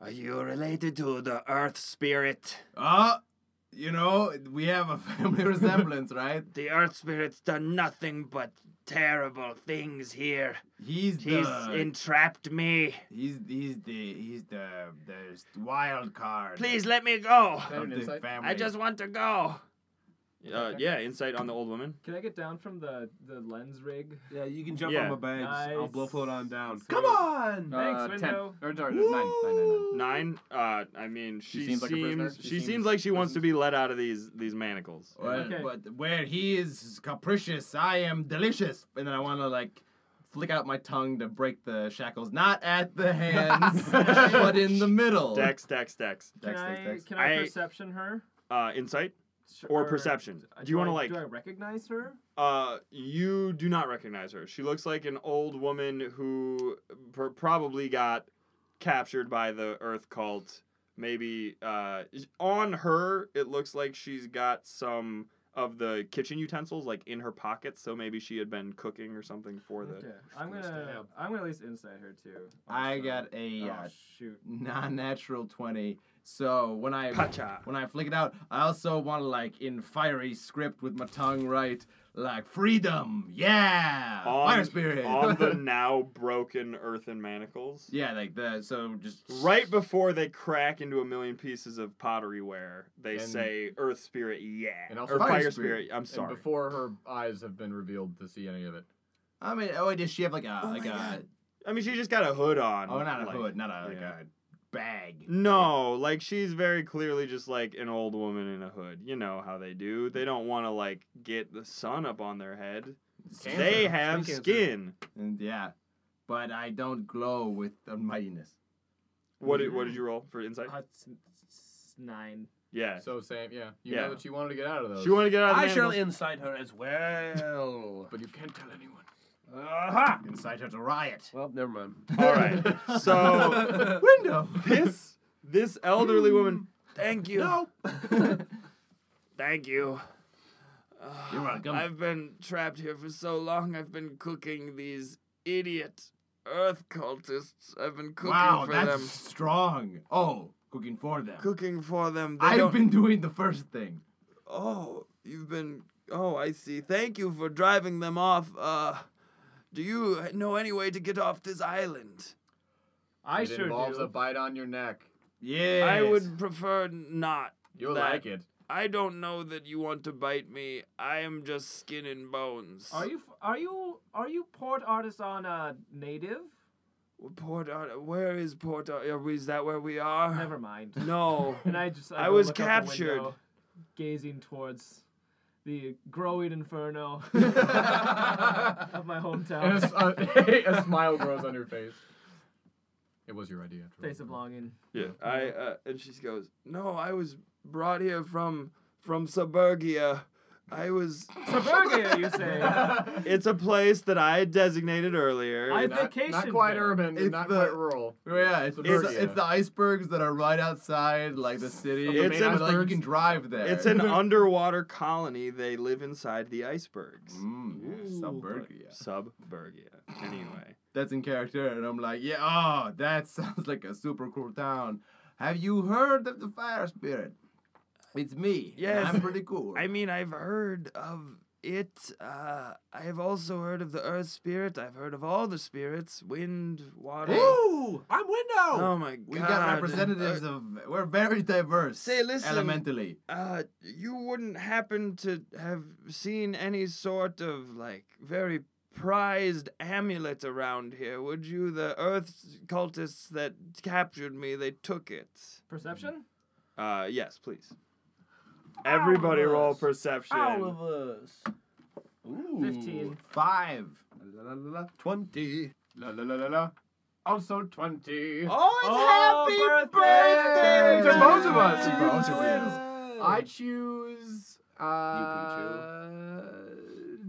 Speaker 7: Are you related to the Earth Spirit?
Speaker 5: Uh, you know, we have a family resemblance, right?
Speaker 7: The Earth Spirit's done nothing but terrible things here.
Speaker 5: He's
Speaker 7: He's
Speaker 5: the
Speaker 7: entrapped me.
Speaker 5: he's he's the he's the the wild card.
Speaker 7: Please let me go.
Speaker 2: Is that
Speaker 5: of
Speaker 2: an
Speaker 5: the
Speaker 2: insight?
Speaker 5: family.
Speaker 7: I just want to go.
Speaker 1: uh, yeah insight on the old woman
Speaker 6: Can I get down from the, the lens rig?
Speaker 3: Yeah, you can jump
Speaker 1: Yeah.
Speaker 3: on my bags. I'll blow
Speaker 6: Nice.
Speaker 3: float on down.
Speaker 6: Come
Speaker 3: on!
Speaker 6: Thanks,
Speaker 2: Uh, ten.
Speaker 6: window.
Speaker 2: Or, sorry, no, nine, nine, nine, nine.
Speaker 1: Nine. Uh, I mean, she, seems,
Speaker 2: seems like a prisoner.
Speaker 1: she,
Speaker 2: She
Speaker 1: seems,
Speaker 2: seems
Speaker 1: like she wants to
Speaker 2: prisoned.
Speaker 1: be let out of these these manacles.
Speaker 5: Well,
Speaker 6: Okay.
Speaker 5: But where he is capricious, I am delicious. And then I want to like flick out my tongue to break the shackles, not at the hands, but in the middle.
Speaker 1: Dex, dex, dex.
Speaker 6: Can
Speaker 5: Dex,
Speaker 6: I,
Speaker 5: dex, dex.
Speaker 6: Can I,
Speaker 1: I-
Speaker 6: perception her?
Speaker 1: Uh, insight
Speaker 6: Sh-
Speaker 1: or perception.
Speaker 6: uh,
Speaker 1: Do you want to
Speaker 6: I-
Speaker 1: like?
Speaker 6: Do I recognize her?
Speaker 1: Uh, you do not recognize her. She looks like an old woman who pr- probably got captured by the Earth cult. Maybe uh, on her, it looks like she's got some of the kitchen utensils like in her pockets. So maybe she had been cooking or something for the.
Speaker 6: Okay. I'm
Speaker 3: gonna
Speaker 6: gonna.
Speaker 3: stab.
Speaker 6: I'm gonna at least insight her too.
Speaker 5: I
Speaker 6: also.
Speaker 5: got a
Speaker 6: Oh,
Speaker 5: uh,
Speaker 6: shoot.
Speaker 5: non-natural twenty. So when I
Speaker 1: Pacha.
Speaker 5: when I flick it out, I also want to like in fiery script with my tongue right, like freedom, yeah,
Speaker 1: On-
Speaker 5: fire spirit.
Speaker 1: on the now broken earthen manacles.
Speaker 5: yeah, like the so just
Speaker 1: Right before they crack into a million pieces of pottery ware, they
Speaker 2: And-
Speaker 1: say Earth Spirit, yeah,
Speaker 2: and also
Speaker 1: or Fire,
Speaker 2: Fire
Speaker 1: spirit.
Speaker 5: Spirit.
Speaker 1: I'm sorry.
Speaker 2: And before her eyes have been revealed to see any of it.
Speaker 5: I mean, oh, does she have like a
Speaker 7: Oh
Speaker 5: like
Speaker 7: my
Speaker 5: a
Speaker 7: God.
Speaker 1: I mean, she just got a hood on.
Speaker 5: oh, not a
Speaker 1: like-
Speaker 5: hood, not a like
Speaker 1: yeah.
Speaker 5: a bag.
Speaker 1: No, like she's very clearly just like an old woman in a hood. You know how they do. They don't want to like get the sun up on their head.
Speaker 2: Cancer.
Speaker 1: They have
Speaker 3: Skin cancer.
Speaker 1: skin.
Speaker 5: And yeah, but I don't glow with mightiness.
Speaker 1: What did, what did you roll for insight?
Speaker 6: Uh, it's- it's nine.
Speaker 1: Yeah,
Speaker 2: So Sam, yeah, you
Speaker 1: Yeah.
Speaker 2: know that you wanted to get out of those.
Speaker 1: she wanted to get out. Of the
Speaker 3: I shall
Speaker 1: manacles.
Speaker 3: incite her as well.
Speaker 2: but you can't tell anyone.
Speaker 3: Aha!
Speaker 5: Inside her to riot.
Speaker 3: Well, never mind.
Speaker 1: All right. So
Speaker 5: Window.
Speaker 1: this this elderly woman
Speaker 7: Thank you.
Speaker 5: No.
Speaker 7: Thank you. Ah,
Speaker 5: You're welcome.
Speaker 7: I've been trapped here for so long. I've been cooking these idiot earth cultists. I've been cooking
Speaker 5: wow,
Speaker 7: for
Speaker 5: that's
Speaker 7: them.
Speaker 5: strong. Oh, cooking for them.
Speaker 7: Cooking for them. They
Speaker 5: I've
Speaker 7: don't-
Speaker 5: been doing the first thing.
Speaker 7: Oh, you've been. Oh, I see. Thank you for driving them off. Uh, do you know any way to get off this island?
Speaker 6: I
Speaker 2: it
Speaker 6: sure
Speaker 2: involves
Speaker 6: do.
Speaker 2: a bite on your neck.
Speaker 5: Yeah.
Speaker 7: I would prefer not.
Speaker 2: You'll
Speaker 7: That-
Speaker 2: like it.
Speaker 7: I don't know that you want to bite me. I am just skin and bones.
Speaker 6: Are you? f- Are you? Are you port artisan native?
Speaker 7: Port Ar- Where is Port Ar- Are we, is that where we are?
Speaker 6: Never mind.
Speaker 7: No.
Speaker 6: And I just. I,
Speaker 7: I
Speaker 6: go
Speaker 7: was
Speaker 6: look out the
Speaker 7: captured.
Speaker 6: window, Gazing towards the growing inferno of my
Speaker 2: And a,
Speaker 6: hometown.
Speaker 2: s- a- a smile grows on your face. It was your idea. After
Speaker 6: Face
Speaker 2: all.
Speaker 6: of longing.
Speaker 7: yeah. I uh, and she goes, "No, I was brought here from from suburbia I was.
Speaker 6: Suburbia, you say?
Speaker 1: It's a place that I had designated earlier.
Speaker 6: I
Speaker 2: not,
Speaker 6: vacation.
Speaker 2: not quite
Speaker 6: there.
Speaker 2: urban,
Speaker 5: It's
Speaker 2: not
Speaker 5: the-
Speaker 2: quite rural.
Speaker 5: Oh, yeah, it's, it's,
Speaker 2: Suburbia.
Speaker 5: it's the icebergs that are right outside like the city.
Speaker 1: It's
Speaker 5: But,
Speaker 1: an-
Speaker 5: like you can drive there. Mm,
Speaker 1: it's an underwater colony. They live inside the icebergs.
Speaker 5: mm, yeah, suburbia.
Speaker 1: Suburbia. Anyway.
Speaker 5: that's in character, and I'm like, yeah, oh, that sounds like a super cool town. Have you heard of the fire spirit? It's me. and
Speaker 7: Yes.
Speaker 5: I'm pretty cool.
Speaker 7: I mean, I've heard of it. Uh, I've also heard of the earth spirit. I've heard of all the spirits wind, water.
Speaker 5: Ooh, I'm window.
Speaker 7: Oh my god.
Speaker 5: we got representatives of. We're very diverse.
Speaker 7: Say, listen.
Speaker 5: Elementally.
Speaker 7: Uh, you wouldn't happen to have seen any sort of, like, very prized amulet around here, would you? The earth cultists that captured me, they took it.
Speaker 6: Perception?
Speaker 1: Uh, yes, please. Everybody roll perception.
Speaker 5: us. Ooh.
Speaker 6: 15.
Speaker 5: Five. La, la, la, la. Twenty.
Speaker 2: La la la la la. Also twenty.
Speaker 7: Oh, it's happy
Speaker 2: birthday
Speaker 7: birthday
Speaker 2: to both of us.
Speaker 7: you
Speaker 2: To both of you.
Speaker 7: twins.
Speaker 2: I choose. Uh,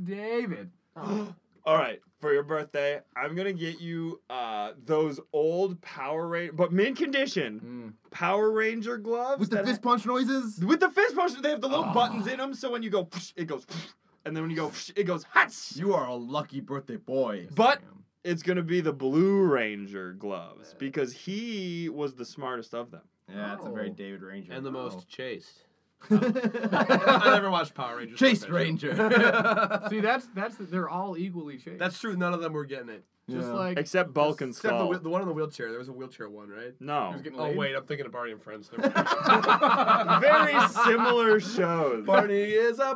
Speaker 2: David.
Speaker 1: All right, for your birthday, I'm gonna get you uh those old Power Ranger, but mint condition Power Ranger gloves
Speaker 5: With the
Speaker 1: that
Speaker 5: fist punch noises.
Speaker 1: ha- with the fist punch. They have the little buttons in them, so when you go, psh, it goes, psh, and then when you go, psh, it goes, hatch.
Speaker 5: You are a lucky birthday boy.
Speaker 1: But it's gonna be the Blue Ranger gloves because he was the smartest of them.
Speaker 5: Yeah, it's a very
Speaker 2: Oh.
Speaker 5: David Ranger. Oh.
Speaker 3: And the most chaste.
Speaker 5: most.
Speaker 3: Oh. I never watched Power Rangers.
Speaker 5: Chase
Speaker 3: Fuck that shit.
Speaker 5: Ranger.
Speaker 2: See, that's that's they're all equally shaped.
Speaker 3: That's true. None of them were getting it.
Speaker 2: just like
Speaker 1: Except Bulk and
Speaker 3: Except the,
Speaker 1: Skull.
Speaker 3: wheel- the one on the wheelchair. There was a wheelchair one, right?
Speaker 1: no,
Speaker 2: Who's getting
Speaker 3: Oh
Speaker 2: laid?
Speaker 3: wait, I'm thinking of Barney and Friends. Never mind.
Speaker 1: very similar shows.
Speaker 3: Barney is a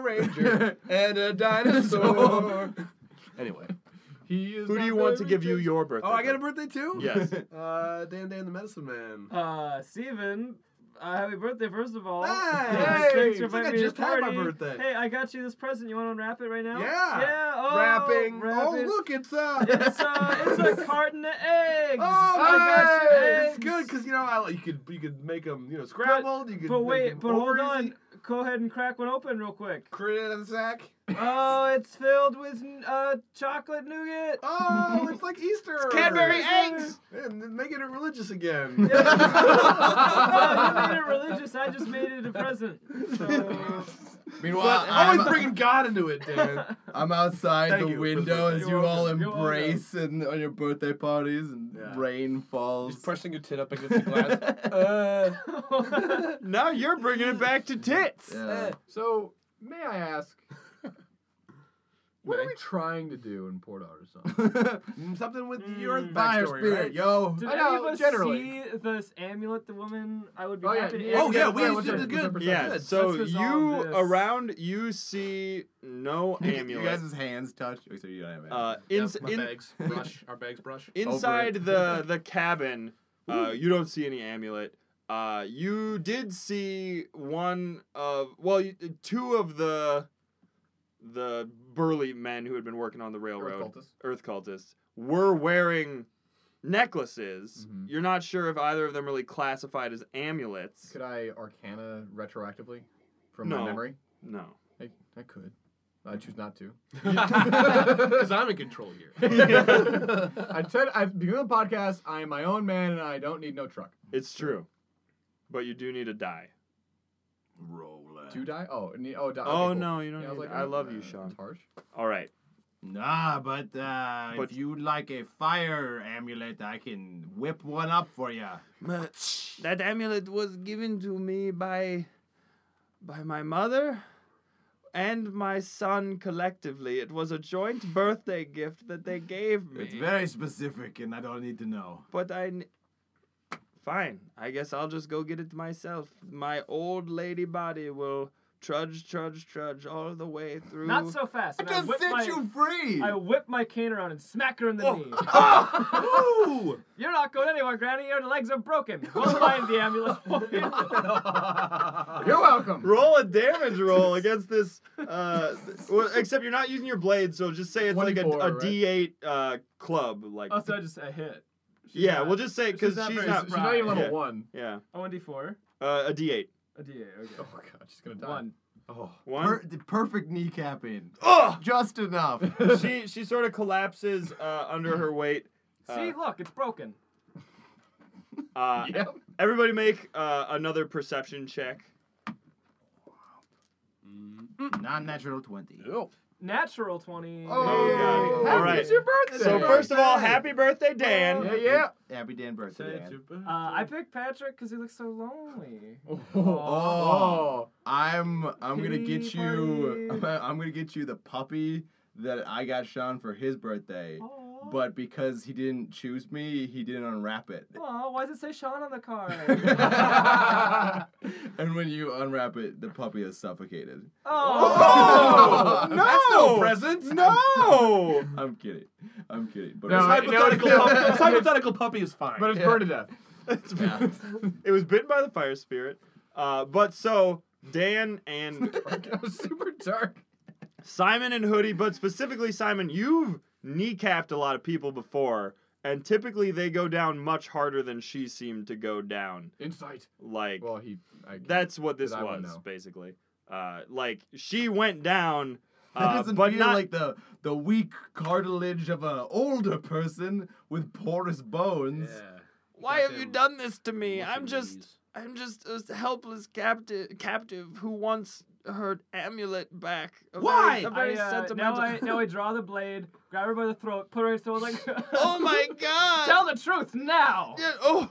Speaker 3: Ranger and a dinosaur. anyway.
Speaker 2: He is
Speaker 1: Who do
Speaker 2: my
Speaker 1: you want to
Speaker 2: favorite
Speaker 1: give you
Speaker 2: kid.
Speaker 1: your birthday?
Speaker 3: Oh, I got a
Speaker 1: present?
Speaker 3: birthday too.
Speaker 1: Yes.
Speaker 3: Uh, Dan Dan the Medicine Man.
Speaker 6: Uh, Steven, uh, happy birthday, first of all.
Speaker 3: Hey!
Speaker 6: Thanks for
Speaker 3: Hey, it's like
Speaker 6: inviting
Speaker 3: I
Speaker 6: me to
Speaker 3: just had my
Speaker 6: party.
Speaker 3: birthday.
Speaker 6: Hey, I got you this present. You want to unwrap it right now?
Speaker 3: Yeah.
Speaker 6: Yeah. Oh,
Speaker 3: Rapping.
Speaker 6: wrap
Speaker 3: Oh
Speaker 6: it.
Speaker 3: look, it's uh.
Speaker 6: It's, uh, it's a carton of
Speaker 3: Oh,
Speaker 6: eggs. I got you
Speaker 3: hey,
Speaker 6: eggs.
Speaker 3: it's good because you know I, you could you could make them you know scrambled. you could
Speaker 6: But
Speaker 3: make
Speaker 6: wait,
Speaker 3: 'em
Speaker 6: but hold
Speaker 3: over
Speaker 6: on.
Speaker 3: easy.
Speaker 6: Go ahead and crack one open real quick.
Speaker 3: Crit it in the sack.
Speaker 6: Oh, it's filled with uh chocolate nougat.
Speaker 3: Oh, it's like Easter.
Speaker 7: Cadbury eggs!
Speaker 3: And then making it religious again.
Speaker 6: no, you made it religious. I just made it a present. So,
Speaker 5: Meanwhile,
Speaker 3: Always
Speaker 5: I'm,
Speaker 3: bringing God into it, Dan.
Speaker 5: I'm outside
Speaker 3: Thank
Speaker 5: the
Speaker 3: you.
Speaker 5: window as
Speaker 3: You're
Speaker 5: you all
Speaker 6: welcome. You're welcome.
Speaker 5: embrace and on your birthday parties and
Speaker 3: Yeah.
Speaker 5: rain falls.
Speaker 3: Just pressing your tit up against the glass. uh,
Speaker 1: Now you're bringing it back to tits.
Speaker 5: Yeah.
Speaker 2: So, may I ask, what are
Speaker 3: May.
Speaker 2: we trying to do in Port Artisan?
Speaker 3: something with
Speaker 6: Mm.
Speaker 3: your
Speaker 5: Fire
Speaker 3: backstory,
Speaker 5: spirit,
Speaker 3: right?
Speaker 5: yo.
Speaker 6: did
Speaker 2: I
Speaker 6: any
Speaker 2: know,
Speaker 6: of us
Speaker 2: generally.
Speaker 6: see this amulet? The woman, I would be
Speaker 2: Oh, yeah,
Speaker 6: happy
Speaker 2: yeah,
Speaker 6: to.
Speaker 2: Oh, yeah, we
Speaker 6: answer
Speaker 2: did
Speaker 6: questions.
Speaker 2: the good-
Speaker 1: Yeah,
Speaker 2: Good.
Speaker 1: so
Speaker 6: Let's resolve
Speaker 1: you
Speaker 6: this.
Speaker 1: around you see no
Speaker 5: You-
Speaker 1: amulet.
Speaker 5: You guys' hands touch. Oh, sorry, you don't have it.
Speaker 1: uh,
Speaker 3: Yeah,
Speaker 1: ins-
Speaker 3: my
Speaker 1: in-
Speaker 3: bags brush. Our bags brush.
Speaker 1: inside
Speaker 5: Over it.
Speaker 1: the the cabin, uh, you don't see any amulet. Uh, you did see one of well, you, two of the the burly men who had been working on the railroad,
Speaker 2: cultists.
Speaker 1: Earth cultists, were wearing necklaces.
Speaker 2: Mhm.
Speaker 1: You're not sure if either of them really classified as amulets.
Speaker 2: Could I Arcana retroactively from
Speaker 1: No. Mm.
Speaker 2: my memory?
Speaker 1: No.
Speaker 2: I, I could. I choose not to.
Speaker 3: Because I'm in control here.
Speaker 2: I said I've begun the podcast. I am my own man, and I don't need no truck.
Speaker 1: It's true. But you do need a die.
Speaker 5: Roller.
Speaker 2: To die? Oh, and, oh, die.
Speaker 1: Uh. oh
Speaker 2: okay, cool.
Speaker 1: no, you don't
Speaker 2: Yeah,
Speaker 1: need
Speaker 2: I was like,
Speaker 1: I
Speaker 2: oh,
Speaker 1: love you,
Speaker 2: that's
Speaker 1: Sean.
Speaker 2: harsh.
Speaker 1: All right.
Speaker 5: Nah, but, uh,
Speaker 1: But-
Speaker 5: if you'd like a fire amulet, I can whip one up for you.
Speaker 7: Ma- That amulet was given to me by by my mother and my son collectively. It was a joint birthday gift that they gave me.
Speaker 5: It's very specific, and I don't need to know.
Speaker 7: but I n- fine. I guess I'll just go get it myself. My old lady body will trudge, trudge, trudge all the way through.
Speaker 6: Not so fast.
Speaker 5: I
Speaker 6: and I
Speaker 5: just
Speaker 6: whip
Speaker 5: set
Speaker 6: my,
Speaker 5: you free.
Speaker 6: I whip my cane around and smack her in the
Speaker 2: Oh.
Speaker 6: knee.
Speaker 5: Ooh.
Speaker 6: You're not going anywhere, Granny. Your legs are broken. We'll find the amulet for you.
Speaker 2: You're welcome.
Speaker 1: Roll a damage roll against this. Uh, well, except you're not using your blade, so just say it's like a,
Speaker 2: 24,
Speaker 1: a
Speaker 2: right?
Speaker 1: D8 uh, club. Like,
Speaker 6: Also, I just a hit. Oh, She's
Speaker 1: yeah,
Speaker 6: not-
Speaker 1: we'll just say because
Speaker 6: she's not
Speaker 1: she's
Speaker 6: very
Speaker 1: not.
Speaker 2: She's not even level
Speaker 1: Yeah.
Speaker 2: one.
Speaker 1: yeah,
Speaker 6: a 1d4,
Speaker 1: uh, a D8.
Speaker 6: a d8. Okay.
Speaker 2: Oh god, she's gonna die.
Speaker 6: One.
Speaker 5: Oh,
Speaker 1: One.
Speaker 5: per- the perfect kneecapping.
Speaker 1: Ugh!
Speaker 5: Just enough.
Speaker 1: she she sort of collapses uh, under her weight.
Speaker 6: See,
Speaker 1: Uh,
Speaker 6: look, it's broken.
Speaker 1: Uh,
Speaker 2: Yep.
Speaker 1: Everybody make uh, another perception check.
Speaker 5: Non-natural twenty.
Speaker 2: Oh.
Speaker 6: Natural 20.
Speaker 1: Oh,
Speaker 2: Happy
Speaker 1: All right.
Speaker 2: it's your birthday.
Speaker 1: So first of all, happy birthday, Dan.
Speaker 2: Yeah, yeah.
Speaker 5: Happy Dan birthday. Dan.
Speaker 6: Uh, I picked Patrick because he looks so lonely.
Speaker 2: Oh.
Speaker 5: Oh. I'm I'm gonna
Speaker 6: Pity
Speaker 5: get you.
Speaker 6: party.
Speaker 5: I'm gonna get you the puppy that I got Sean for his birthday.
Speaker 6: Aw.
Speaker 5: But because he didn't choose me, he didn't unwrap it.
Speaker 6: Aw, why does it say Sean on the card?
Speaker 5: and when you unwrap it, the puppy is suffocated.
Speaker 1: Oh,
Speaker 5: No!
Speaker 1: That's no present. No.
Speaker 5: I'm kidding. I'm kidding. But
Speaker 2: No, I-
Speaker 3: Hypothetical,
Speaker 2: No,
Speaker 3: puppy,
Speaker 2: it's-
Speaker 3: this hypothetical puppy is fine.
Speaker 2: But it's burned to death.
Speaker 5: yeah.
Speaker 1: It was bitten by the fire spirit. Uh, but so Dan and
Speaker 2: That was super dark.
Speaker 1: Simon and Hoodie, but specifically Simon, you've kneecapped a lot of people before, and typically they go down much harder than she seemed to go down.
Speaker 2: Insight.
Speaker 1: Like
Speaker 2: Well, he. I,
Speaker 1: that's what this
Speaker 2: that I would
Speaker 1: was
Speaker 2: know.
Speaker 1: basically. Uh, like she went down,
Speaker 5: That
Speaker 1: uh,
Speaker 5: doesn't
Speaker 1: but
Speaker 5: feel
Speaker 1: not
Speaker 5: like the the weak cartilage of an older person with porous bones.
Speaker 7: Why have you done this to me?
Speaker 3: Look
Speaker 7: I'm
Speaker 3: at
Speaker 7: just
Speaker 3: these.
Speaker 7: I'm just a helpless captive captive who wants her amulet back. A
Speaker 3: Why?
Speaker 7: Very, a very
Speaker 6: I, uh,
Speaker 7: sentimental.
Speaker 6: Now I, now I draw the blade, grab her by the throat, put her in the throat like.
Speaker 7: oh my god!
Speaker 6: Tell the truth now!
Speaker 7: Yeah, oh,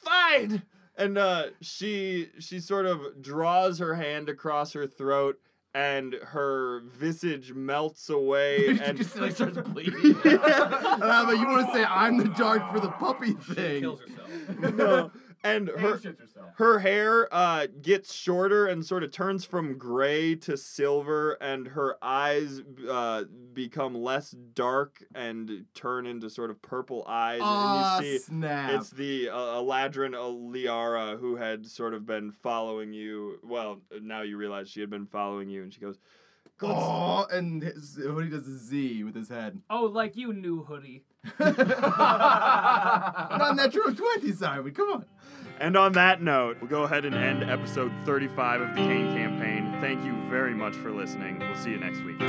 Speaker 7: fine.
Speaker 1: and uh, she she sort of draws her hand across her throat and her visage melts away and
Speaker 3: just like starts bleeding.
Speaker 5: and I'm like, you want to say I'm the dark for the puppy
Speaker 3: She
Speaker 5: thing?
Speaker 3: kills herself.
Speaker 1: no, and her
Speaker 2: shits herself.
Speaker 1: her hair uh, gets shorter and sort of turns from gray to silver and her eyes uh, become less dark and turn into sort of purple eyes
Speaker 5: Aw,
Speaker 1: and you see
Speaker 5: Ah, snap.
Speaker 1: It's the uh, Aladrin Liara who had sort of been following you. Well, now you realize she had been following you, and she goes, "God's-
Speaker 5: Aw, and his, what he does is Z with his head.
Speaker 6: Oh, like you knew, Hoodie.
Speaker 5: Not natural 20, Simon. Come on.
Speaker 1: And on that note, we'll go ahead and end episode 35 of the Kane Campaign. Thank you very much for listening. We'll see you next week.